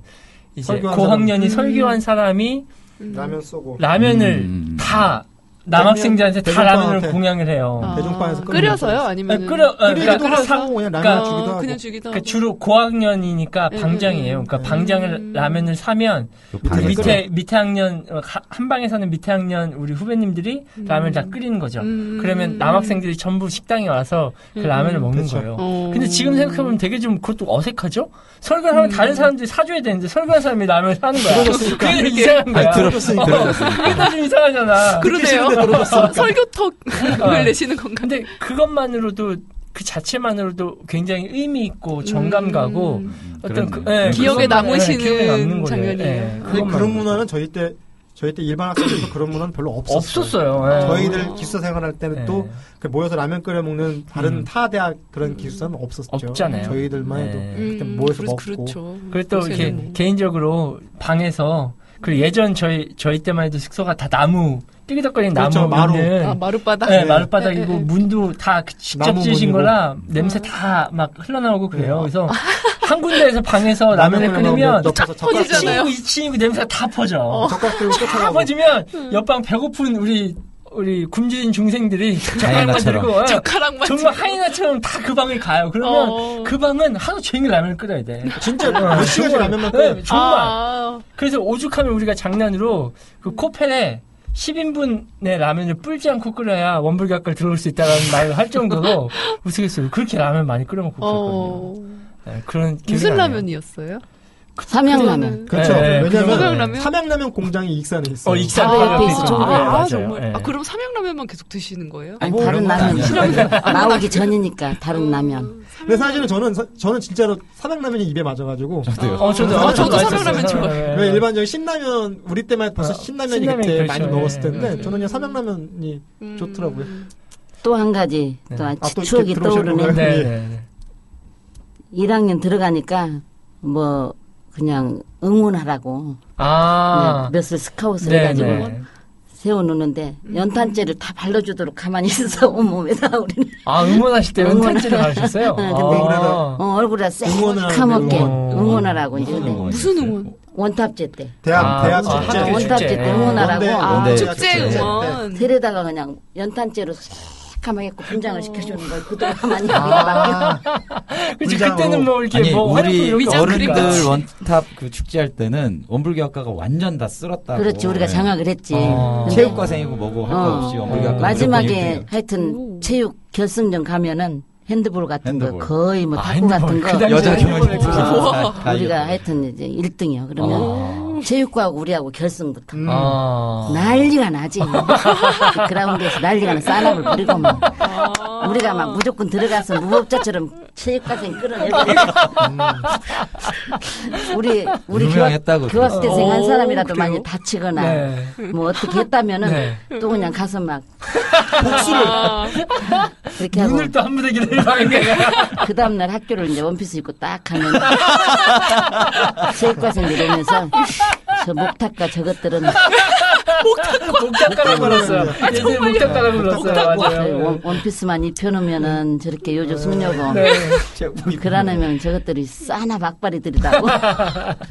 이제 설교한 고학년이 사람. 음. 설교한 사람이 라면 쏘고 라면을 음. 다 남학생들한테 다 대중빵한테. 라면을 공양을 해요. 아. 대중빵에서 끓이는 끓여서요? 거죠. 아, 아니면 끓여, 아, 그러니까 끓이기도 하고 사고 그냥 라면 그러니까- 주기도 하고 그냥 주기도 하고 그러니까 주로 고학년이니까 음, 방장이에요. 음, 그러니까 음. 방장을 라면을 사면 그 방에서? 밑에 밑에 학년 어, 하- 한 방에 사는 밑에 학년 우리 후배님들이 라면을 다 끓이는 거죠. 음. 그러면 남학생들이 전부 식당에 와서 그 라면을 먹는 그렇죠. 거예요. 어. 근데 지금 생각해보면 되게 좀 그것도 어색하죠? 설거하면 음. 다른 사람들이 사줘야 되는데 설거한 사람이 라면을 사는 거야. 그게 좀 이상한 거야. 어, 들었으니 그게 다 좀 이상하잖아. 그러네요. 설교턱을 내시는 건가? 근데 그것만으로도 그 자체만으로도 굉장히 의미 있고 어, 음. 정감 가고 음. 어떤 그, 예, 기억에 그것만- 남으시는 예, 기억에 남는 거예요. 장면이에요. 예, 근데 그것만. 그런 문화는 저희 때 저희 때 일반 학생들도 그런 문화는 별로 없었어요. 음. 없었어요. 예. 저희들 기숙사 생활할 때는 네. 또 그 모여서 라면 끓여 먹는 다른 음. 타 대학 그런 기숙사는 없었죠. 없잖아요. 저희들만 해도 네. 그때 모여서 그렇- 먹고 그렇죠. 그리고 또 요새는 이렇게 뭐. 개인적으로 방에서 그 예전 저희 저희 때만 해도 숙소가 다 나무 삐그덕거리는 그렇죠, 나무 마루. 있는 아, 마룻바닥. 네, 네. 마룻바닥이고 네, 네. 문도 다그 직접 나무 지으신 문이고. 거라 냄새 다 막 흘러나오고 그래요. 네. 그래서 한 군데에서 방에서 어, 라면을 라면 끓이면 옆에서 젓가락 퍼지잖아요. 들고- 친구 이 친구 냄새가 다 퍼져. 젓가락 들고 다 쫓아가고 퍼지면 옆방 배고픈 우리 우리 굶주린 중생들이 젓가락만 하이에나처럼. 들고 예. 젓가락만 정말 들고. 하이나처럼 다 그 방을 가요. 그러면 어. 그 방은 하루 종일 라면을 끓여야 돼. 진짜 몇 시간씩 라면만 네, 끓여. 정말. 아, 그래서 오죽하면 우리가 장난으로 그 코펠에 10인분의 라면을 불지 않고 끓여야 원불격을 들어올 수 있다는 라 말을 할 정도로 우스갯소리로 그렇게 라면 많이 끓여 먹고 어, 그랬거든요. 네, 그런 기억이 무슨 나네요. 라면이었어요? 삼양라면. 그렇죠. 네, 왜냐면 삼양라면? 삼양라면 공장이 익산에 있어요. 어, 익산 아, 아, 옆에 있어, 있죠. 저기. 예, 아, 맞아요. 정말. 예. 아, 그럼 삼양라면만 계속 드시는 거예요? 아니, 뭐 다른 그런 건 라면. 아니야. 나오기 전이니까, 다른 라면. 근데 사실은 저는 사- 저는 진짜로 삼양라면이 입에 맞아가지고 저도요. 어, 저도, 어, 어, 저도 저도 맛있었어요. 삼양라면 좋아해요. 예. 왜 일반적인 신라면 우리 때만 벌써 아, 신라면이 신라면이 그때 그렇죠. 많이 먹었을 예, 텐데 예. 저는 그냥 삼양라면이 음. 좋더라고요. 또 한 가지, 네. 또 아, 아, 또 이렇게 추억이 들어오시는 떠오르네. 거예요? 네, 네, 네. 1학년 들어가니까, 뭐, 그냥 응원하라고. 아. 몇을 스카웃을 네, 해가지고 네. 세워놓는데, 연탄재를 다 발라주도록 가만히 있어서 온몸에다 우리는, 아, 응원하실 때 응원. 은퇴지를 가셨어요? 네, 아, 근데 올해는- 어, 얼굴에 쌩 응원하라는데, 카먹게 어. 응원. 어, 응원하라고 이제. 무슨 근데 응원이 무슨 있어요? 응원? 원탑제 때. 대학 아, 대학 아, 학교 축제 축제. 원탑제 때 예. 응원하라고. 뭔데, 아, 뭔데. 축제 축제 뭐. 축제. 응원. 네. 데려다가 그냥 연탄재로 새카맣게 그 분장을 시켜주는 거예요. 그동안 가만히 아, 그치, 불장으로. 그때는 뭐, 이렇게 아니 뭐, 우리 화려한 거 그러니까. 어른들 없으니까. 원탑 그 축제할 때는 원불교 학과가 완전 다 쓸었다고. 그렇지 우리가 예. 장악을 했지. 아. 근데 어. 체육과생이고 뭐고 할 거 어. 없이 원불교 학과 마지막에 오. 하여튼 체육 결승전 가면은 핸드볼 같은 핸드볼. 거 거의 뭐 아, 탁구 같은 핸드볼. 거 그 당시에 여자 핸드볼. 경연이 다- 우와. 다 우리가 이겼다고. 하여튼 이제 1등이요. 그러면 아. 체육과하고 우리하고 결승부터 음. 아. 난리가 나지. 그라운드에서 난리가 나 싸움을 부리고 막 아. 우리가 막 무조건 들어가서 무법자처럼 체육과생 끌어내고 우리 우리 교화, 유명했다고 교화스태생 한 오, 사람이라도 그래요? 많이 다치거나 네. 뭐 어떻게 했다면은 네. 또 그냥 가서 막 아. 그렇게 하고 눈을 또 한 무대 기를 막는데 그 다음날 학교를 이제 원피스 입고 딱 가면 체육과생들이 오면서 저 목탁과 저것들은 목탁가라 불렀어요. 예전에 목탁가라 불렀어요. 저희 맞아요. 원, 원피스만 입혀놓으면은 저렇게 요조 숙녀고 네. 그러려면 저것들이 싸나 막바리들이다고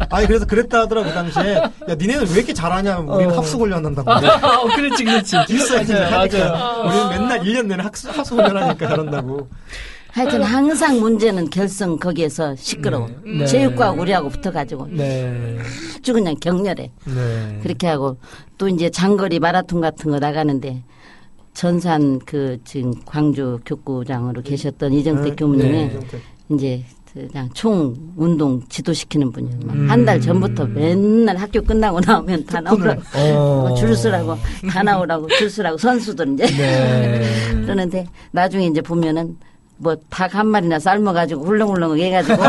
아니 그래서 그랬다 하더라고 그 당시에 야 니네는 왜 이렇게 잘하냐 우리는 어. 합숙 훈련한다고 아, 어, 그렇지, 그렇지. 있어야지 맞아요. 하니까 우리는 맨날 1년 내내 학습 합숙 훈련하니까 잘한다고 하여튼 항상 문제는 결승 거기에서 시끄러워 네. 체육과 우리하고 붙어가지고 네. 아주 그냥 격렬해 네. 그렇게 하고 또 이제 장거리 마라톤 같은 거 나가는데 전산 그 지금 광주 교구장으로 계셨던 이정택 네. 교무님이 네. 이제 그냥 총 운동 지도시키는 분이에요. 음. 한 달 전부터 맨날 학교 끝나고 나오면 다 나오라고 뭐 어. 줄 서라고 다 나오라고 줄 서라고 선수들 이제 네. 그러는데 나중에 이제 보면은 뭐 닭 한 마리나 삶아가지고 훌렁훌렁 해가지고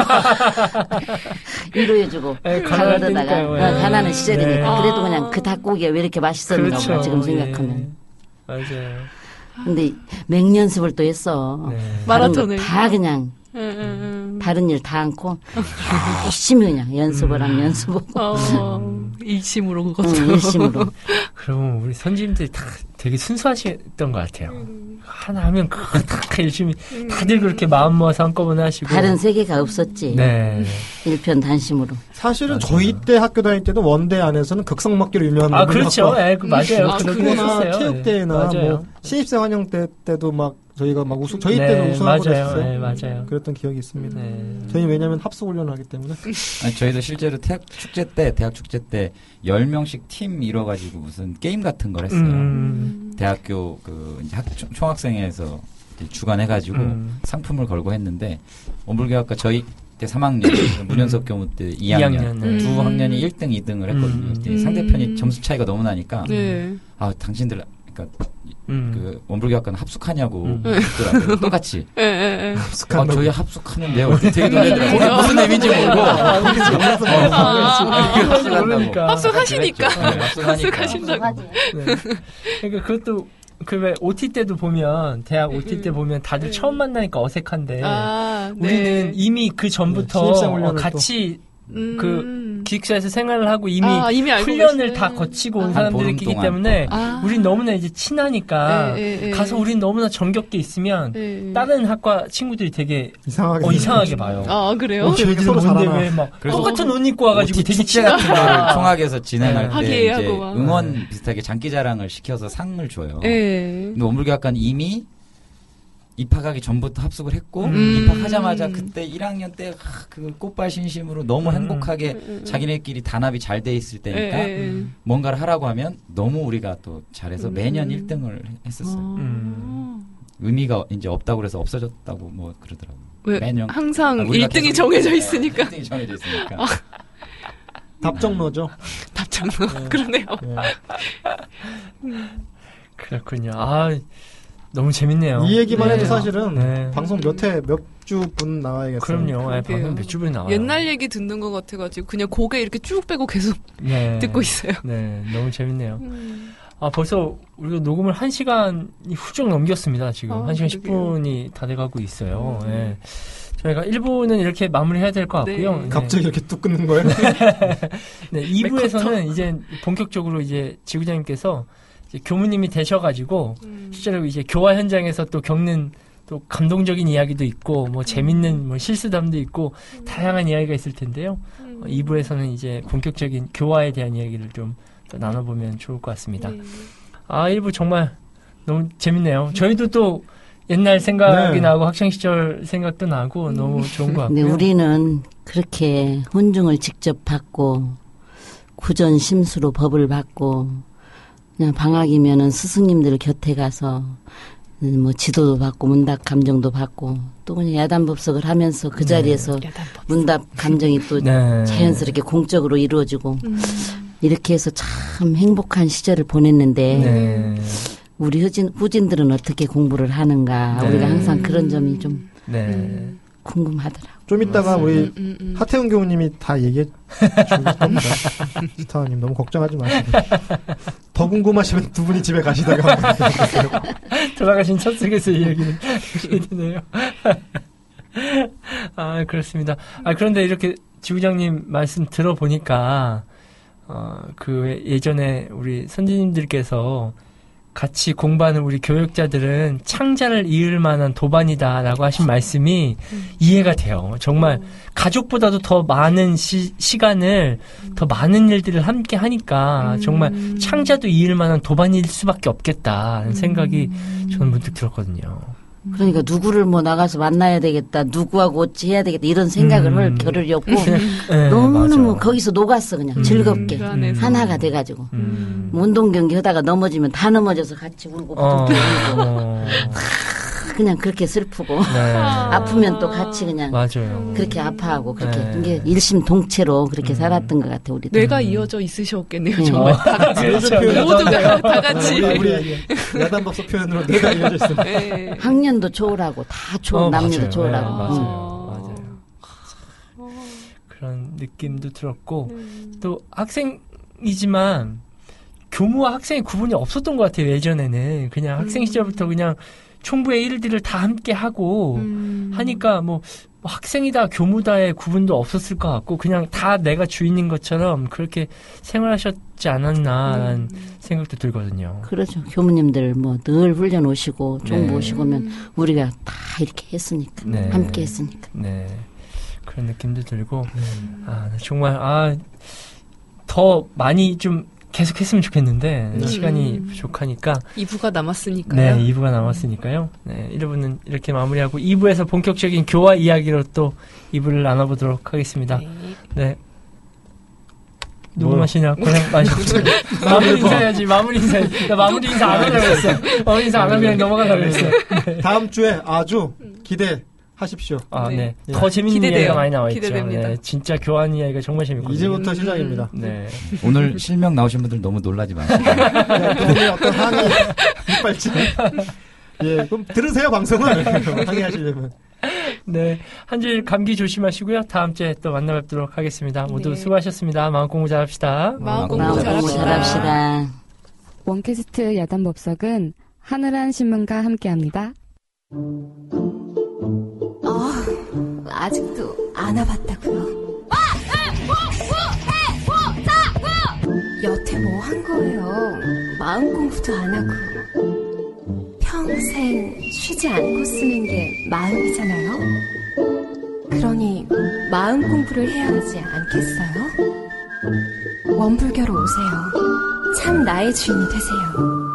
위로해주고 에, 다 네, 그러다가 가난하니까요. 어, 예. 가난한 시절이니까 네. 그래도 그냥 그 닭고기가 왜 이렇게 맛있었는가 그렇죠. 봐, 지금 생각하면 예. 맞아요. 근데 맹연습을 또 했어 네. 다른 거 마라톤을. 예, 다 그냥 응, 응, 응. 다른 일 다 않고 열심히 그냥 연습을 음. 하면 연습하고 어, 일심으로 그것도. 응, 열심으로 그럼 우리 선지님들이 다 되게 순수하셨던 것 같아요. 하나 하면 그거 다 열심히 다들 그렇게 마음 모아서 한꺼번에 하시고. 다른 세계가 없었지 네. 일편 단심으로 사실은 저희 때 학교 다닐 때도 원대 안에서는 극성맞기로 유명한 아, 분이 그렇죠. 학과. 예, 그 맞아요. 아, 그렇게 그거나 했었어요. 체육대회나 예. 맞아요. 뭐 신입생 환영 때 때도 막 저희가 막 우승 저희 네, 때도 우승하고 맞아요. 그랬어요. 네, 맞아요. 그랬던 기억이 있습니다. 네. 저희는 왜냐면 합숙 훈련을 하기 때문에 음. 아니, 저희도 실제로 대학 축제 때 대학 축제 때 10명씩 팀 이뤄가지고 무슨 게임 같은 걸 했어요. 음. 대학교 그 이제 학, 총- 총학생회에서 이제 주관해가지고 음. 상품을 걸고 했는데 원불교학과 저희 때 3학년, 문현석 교무 때 2학년, 2학년, 네. 두 음. 학년이 1등, 2등을 했거든요. 음. 이제 음. 상대편이 점수 차이가 너무 나니까 네. 아 당신들 그러니까 음. 그 원불교학과는 합숙하냐고 음. 네. 묻더라고요. 똑같이 예, 예, 예. 합숙한 아, 거. 저희 합숙하는데요. 되게 네. 놀래더라고요. 무슨 의미인지 뭐 모르고 아, 아, 그러니까. 합숙하시니까. 네, 합숙하니까. 합숙하신다고. 네. 그러니까 그것도 그 왜 OT 때도 보면 대학 OT 때 보면 다들 처음 만나니까 어색한데 아, 네. 우리는 이미 그 네, 전부터 신입생 훈련을 어, 같이 음. 그 기숙사에서 생활을 하고 이미 아, 이미 알고 훈련을 계시네. 다 거치고 온 한 사람들이기 보름 동안. 때문에 아. 우린 너무나 이제 친하니까 예, 예, 예. 가서 우린 너무나 정겹게 있으면 예, 예. 다른 학과 친구들이 되게 이상하게 어, 생겼어요. 이상하게 봐요. 아, 그래요? 어, 쟤들 서로 뭔데 잘하나. 왜막 그래서 똑같은 옷 입고 와가지고 네. 되게 축제 같은 거를 친하다. 총학에서 진행할 네. 때 이제 하기하고 막. 응원 비슷하게 장기자랑을 시켜서 상을 줘요. 예. 근데 원불교학과는 이미 입학하기 전부터 합숙을 했고 음. 입학하자마자 그때 1학년 때 그 꽃발 신심으로 너무 음. 행복하게 자기네끼리 단합이 잘 돼 있을 때니까 예, 예. 음. 뭔가를 하라고 하면 너무 우리가 또 음. 잘해서 매년 1등을 했었어요. 음. 의미가 이제 없다고 그래서 없어졌다고 뭐 그러더라고요. 왜 매년 항상 아, 우리가 1등이 계속- 정해져 네, 있으니까. 아. 1등이 정해져 있으니까. 답정로죠. 어, 답장로 네. 그러네요. 예. 그렇군요. 아, 너무 재밌네요. 이 얘기만 해도 네. 사실은 네. 방송 몇 회, 몇 주 분 나와야겠어요. 그럼요. 예, 그러게요. 방금 몇 주분이 나와요. 옛날 얘기 듣는 것 같아가지고 그냥 고개 이렇게 쭉 빼고 계속 네. 듣고 있어요. 네, 너무 재밌네요. 아, 벌써 우리가 녹음을 한시간이 후쩍 넘겼습니다, 지금. 아, 한시간 그러게요. 음. 10분이 다 돼가고 있어요. 예. 저희가 1부는 이렇게 마무리해야 될 것 네. 같고요. 네. 갑자기 이렇게 뚝 끊는 거예요? 네, 2부에서는 이제 본격적으로 이제 지구장님께서 이제 교무님이 되셔가지고 실제로 이제 교화 현장에서 또 겪는 또 감동적인 이야기도 있고 뭐 재밌는 뭐 실수담도 있고 다양한 이야기가 있을 텐데요. 어, 2부에서는 이제 본격적인 교화에 대한 이야기를 좀또 나눠보면 좋을 것 같습니다. 아, 1부 정말 너무 재밌네요. 저희도 또 옛날 생각이 네. 나고 학창 시절 생각도 나고 너무 좋은 것 근데 같고요. 우리는 그렇게 훈증을 직접 받고 구전 심수로 법을 받고 그냥 방학이면은 스승님들 곁에 가서 음, 뭐 지도도 받고 문답 감정도 받고 또 그냥 야단 법석을 하면서 그 자리에서 문답 감정이 또 네. 자연스럽게 공적으로 이루어지고 음. 이렇게 해서 참 행복한 시절을 보냈는데 네. 우리 후진 후진들은 어떻게 공부를 하는가 네. 우리가 항상 그런 점이 좀 네. 궁금하더라. 좀 이따가 우리 음, 음. 하태훈 교우님이 다 얘기해 주실 겁니다. 스타원님 너무 걱정하지 마시고. 더 궁금하시면 두 분이 집에 가시다가 한번 얘기해보세요. 돌아가신 첫 속에서 이 얘기를 해야 되네요. 아, 그렇습니다. 아, 그런데 이렇게 지부장님 말씀 들어보니까, 어, 그 왜 예전에 우리 선생님들께서 같이 공부하는 우리 교육자들은 창자를 이을 만한 도반이다라고 하신 말씀이 이해가 돼요. 정말 가족보다도 더 많은 시, 시간을 더 많은 일들을 함께 하니까 정말 창자도 이을 만한 도반일 수밖에 없겠다는 생각이 저는 문득 들었거든요. 그러니까 누구를 뭐 나가서 만나야 되겠다, 누구하고 어찌 해야 되겠다 이런 생각을 음. 할 겨를이 없고 네, 너무너무 맞아요. 거기서 녹았어 그냥 음. 즐겁게 그 안에서. 하나가 돼가지고 음. 뭐 운동 경기 하다가 넘어지면 다 넘어져서 같이 울고 어, 부둥켜 울고 어, 그냥 그렇게 슬프고 네. 아프면 또 같이 그냥 맞아요. 그렇게 아파하고 그렇게 네. 음. 이게 일심동체로 그렇게 살았던 것 같아 우리도. 뇌가 이어져 있으셨겠네요. 정말 어, 다 같이 그렇죠. 모두가 다 같이. 아, 우리, 우리 야단법석 표현으로 내가 이어져 있습니다. 예. 학년도 초월하고 다 초월, 어, 남녀도 맞아요. 초월하고. 네, 응. 어. 맞아요. 맞아요. 그런 느낌도 들었고 음. 또 학생이지만 교무와 학생의 구분이 없었던 것 같아요 예전에는 그냥 학생 시절부터 그냥 총부의 일들을 다 함께 하고 음. 하니까 뭐 학생이다 교무다의 구분도 없었을 것 같고 그냥 다 내가 주인인 것처럼 그렇게 생활하셨지 않았나라는 음. 생각도 들거든요. 그렇죠. 교무님들 뭐 늘 훈련 오시고 좀 네. 모시고 오면 음. 우리가 다 이렇게 했으니까 네. 함께 했으니까. 네. 그런 느낌도 들고, 음. 아, 네, 정말, 아, 더 많이 좀 계속 했으면 좋겠는데, 네. 시간이 음. 부족하니까, 2부가 남았으니까요. 네, 2부가 남았으니까요. 네, 1부는 이렇게 마무리하고, 2부에서 본격적인 교화 이야기로 또 2부를 나눠보도록 하겠습니다. 네. 녹음하시냐? 뭐. 고생 많으셨죠? 네, 마무리 네. 인사해야지, 마무리 인사해야지. 나 마무리 인사 안 하려고 했어. 마무리 인사 안 하면 네. 그냥 넘어가려고 했어. 다음 주에 아주 기대하십시오. 아, 네. 네. 더 재밌는 기대돼요. 이야기가 많이 나와있죠. 기대됩니다. 네, 진짜 교환 이야기가 정말 재밌거든요. 이제부터 시작입니다. 네. 오늘 실명 나오신 분들 너무 놀라지 마세요. 네, 그냥 그분의 어떤 항의, 이빨질. 예, 그럼 들으세요, 방송을. 항의하시려면. 네. 한 주일 감기 조심하시고요. 다음 주에 또 만나 뵙도록 하겠습니다. 모두 네. 수고하셨습니다. 마음 공부 잘합시다. 마음 아, 공부 마음 공부 잘합시다. 잘합시다. 원캐스트 야단 법석은 하늘한 신문과 함께합니다. 아, 아직도 안 와봤다고요? 여태 뭐 한 거예요? 마음 공부도 안 하고 평생 쉬지 않고 쓰는 게 마음이잖아요. 그러니 마음 공부를 해야 하지 않겠어요? 원불교로 오세요. 참 나의 주인이 되세요.